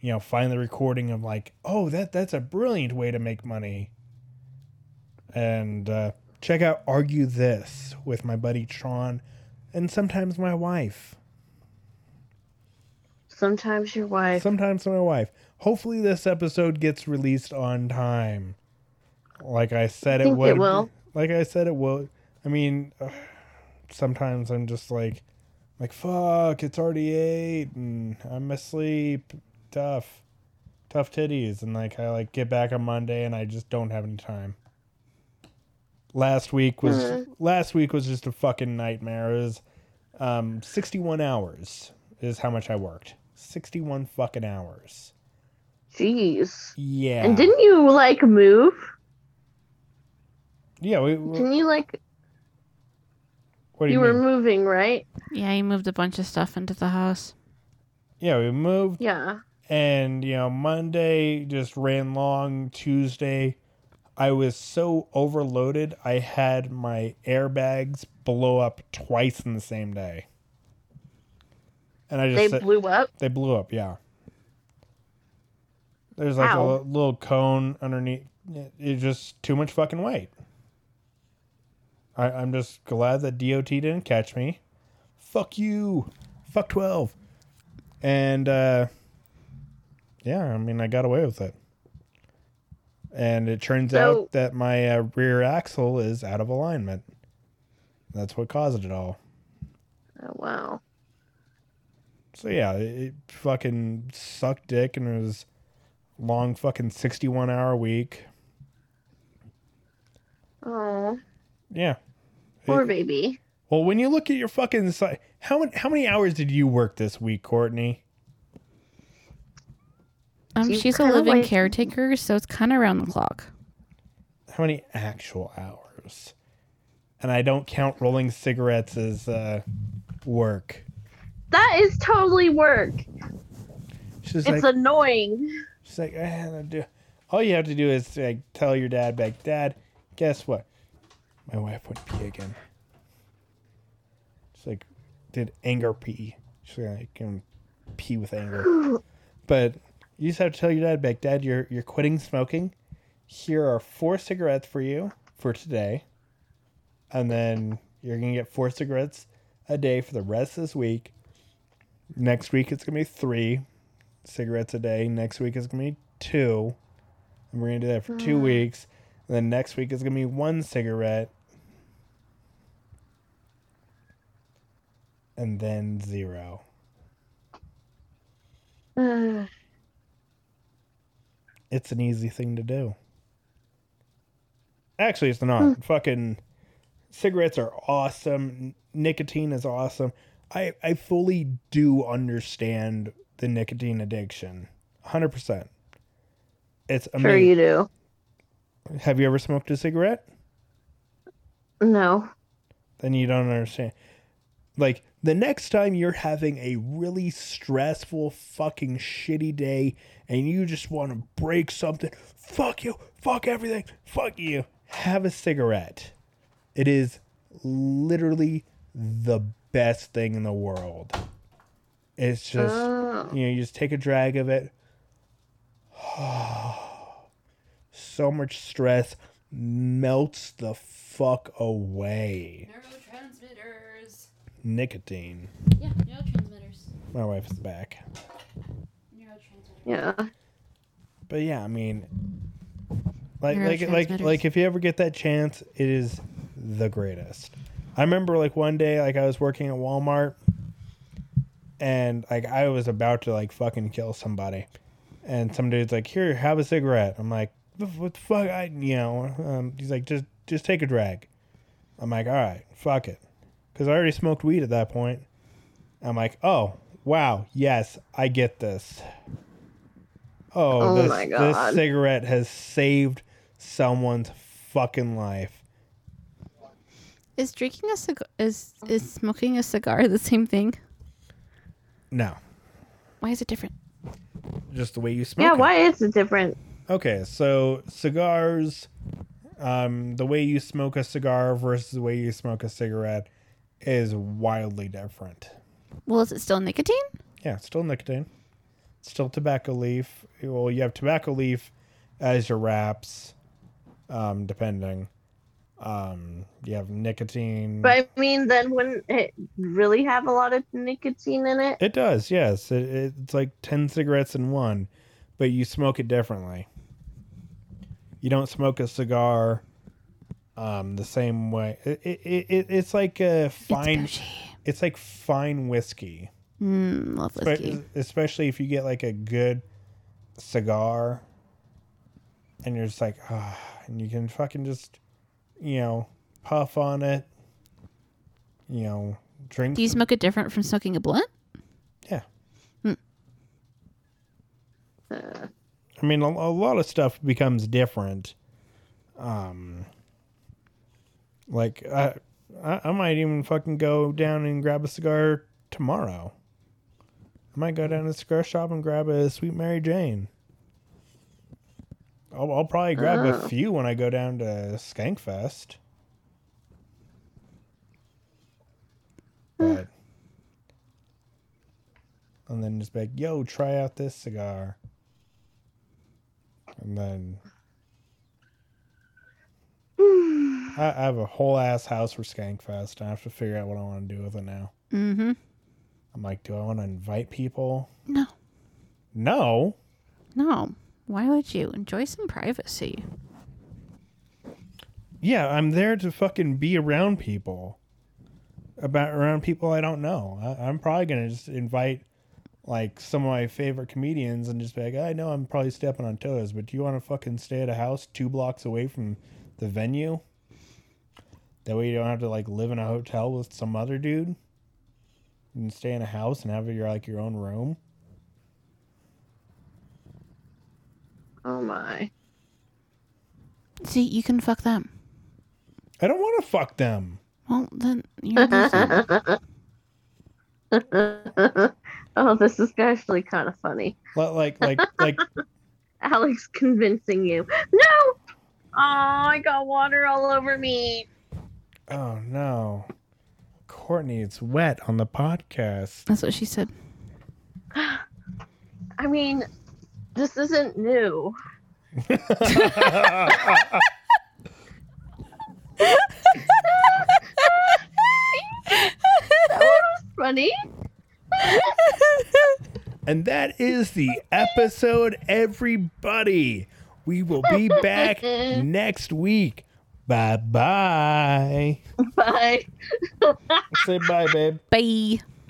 B: you know, find the recording of like, oh, that that's a brilliant way to make money. And uh, check out Argue This with my buddy Tron and sometimes my wife.
K: Sometimes your wife.
B: Sometimes my wife. Hopefully, this episode gets released on time. Like I said,
K: I
B: it
K: think it
B: would.
K: will.
B: Like I said, it will. I mean, ugh, sometimes I'm just like, like fuck, it's already eight, and I'm asleep. Tough, tough titties, and like I like get back on Monday, and I just don't have any time. Last week was
K: Mhm.
B: last week was just a fucking nightmare. It was um, 61 hours is how much I worked. 61 fucking hours.
K: Jeez.
B: Yeah.
K: And didn't you like move?
B: yeah, we, we-
K: Didn't you like
B: what do
K: you
B: you,
K: were
B: mean?
K: moving, right?
A: Yeah, he moved a bunch of stuff into the house.
B: yeah, we moved
K: Yeah.
B: and you know Monday just ran long. Tuesday, I was so overloaded. I had my airbags blow up twice in the same day. And I just
K: They
B: said-
K: blew up.
B: They blew up, yeah. There's like
K: Ow.
B: a li- little cone underneath. It- It's just too much fucking weight. I, I'm just glad that DOT didn't catch me. Fuck you. Fuck 12. And, uh, yeah, I mean, I got away with it. And it turns
K: So-
B: out that my uh, rear axle is out of alignment. That's what caused it all.
K: Oh wow.
B: So yeah, it, it fucking sucked dick, and it was long fucking sixty-one hour week.
K: Oh.
B: Yeah.
K: Poor
B: It-
K: baby.
B: Well, when you look at your fucking si- how many how many hours did you work this week, Courtney?
A: Um,
K: You
A: she's a
K: kinda
A: living
K: like-
A: caretaker, so it's kind of around the clock.
B: How many actual hours? And I don't count rolling cigarettes as uh, work.
K: That is totally work.
B: She's
K: it's
B: like,
K: annoying. [sighs]
B: she's like, "Ah, I do. all you have to do is like tell your dad, like, Dad, guess what? My wife went pee again. She's like, did anger pee? She's like, can pee with anger. But you just have to tell your dad, back, Dad, you're you're quitting smoking. Here are four cigarettes for you for today, and then you're gonna get four cigarettes a day for the rest of this week. Next week it's gonna be three cigarettes a day. Next week it's gonna be two, and we're gonna do that for two
K: Mm.
B: weeks. And then next week it's gonna be one cigarette, and then zero.
K: Ugh.
B: it's an easy thing to do. Actually, it's
K: Hmm.
B: not. Fucking cigarettes are awesome. N- Nicotine is awesome. I, I fully do understand the nicotine addiction. 100%. It's amazing.
K: sure you do.
B: Have you ever smoked a cigarette?
K: No.
B: Then you don't understand. Like, the next time you're having a really stressful, fucking shitty day and you just want to break something, fuck you, fuck everything, fuck you, have a cigarette. It is literally the best thing in the world. It's just,
K: Oh.
B: you know, you just take a drag of it. [sighs] so much stress melts the fuck away.
A: Neurotransmitters.
B: Nicotine.
A: Yeah, neurotransmitters.
B: My wife's back.
K: Yeah.
B: But yeah, I mean, like like like
A: Neurotransmitters.
B: like if you ever get that chance, it is the greatest. I remember like one day, like I was working at Walmart, and like I was about to like fucking kill somebody, And some dude's like, "Here, have a cigarette." I'm like, "What what the fuck?" I, you know, um, he's like, "Just, just take a drag." I'm like, "All right, fuck it," because I already smoked weed at that point. I'm like, "Oh, wow, yes, I get this." Oh,
K: Oh
B: this,
K: my
B: this
K: God.
B: cigarette has saved someone's fucking life.
A: Is drinking a cigar is is smoking a cigar the same thing?
B: No,
A: Why is it different?
B: just the way you smoke.
K: Yeah,
B: it.
K: why is it different?
B: Okay, so cigars, um, the way you smoke a cigar versus the way you smoke a cigarette is wildly different.
A: Well, is it still nicotine?
B: Yeah, it's still nicotine, It's still tobacco leaf. Well, you have tobacco leaf as your wraps, um, depending. Um, you have nicotine.
K: But I mean, then wouldn't it really have a lot of nicotine in it?
B: It does, yes. It, it- it's like 10 cigarettes in one, but you smoke it differently. You don't smoke a cigar um, the same way. It, it, it- it, it's like a fine. It's, like fine whiskey.
A: Mm, love
B: Spe-
A: whiskey.
B: Especially if you get like a good cigar and you're just like, ah, and you can fucking just, you know, puff on it, you know, drink.
A: Do you smoke it different from smoking a blunt?
B: Yeah.
A: Hmm.
B: I mean, a, a lot of stuff becomes different. Um, like I, I, I might even fucking go down and grab a cigar tomorrow. I might go down to the cigar shop and grab a Sweet Mary Jane. I'll, I'll probably grab
L: Oh.
B: a few when I go down to Skankfest. But, and then just be like, yo, try out this cigar. And then I, I have a whole ass house for Skankfest. and I have to figure out what I want to do with it now.
A: Mm-hmm.
B: I'm like, do I want to invite people?
A: No.
B: No.
A: No. Why would you enjoy some privacy?
B: Yeah, I'm there to fucking be around people. About around people I don't know. I, I'm probably gonna just invite like some of my favorite comedians and just be like, I know I'm probably stepping on toes, but do you want to fucking stay at a house two blocks away from the venue? That way you don't have to like live in a hotel with some other dude. You can stay in a house and have your like your own room.
K: Oh my. [laughs]
A: See, you can fuck them.
B: I don't want to fuck them.
A: Well, then you're losing. [laughs]
K: oh, this is actually kind of funny.
B: Like like like like
K: Alex [laughs] convincing you. No! Oh, I got water all over me.
B: Oh no. Courtney, it's wet on the podcast.
A: That's what she said.
K: I mean, this isn't new. [laughs] that was funny.
B: And that is the episode, everybody. We will be back next week. Bye bye.
K: Bye.
B: Say bye, babe.
A: Bye.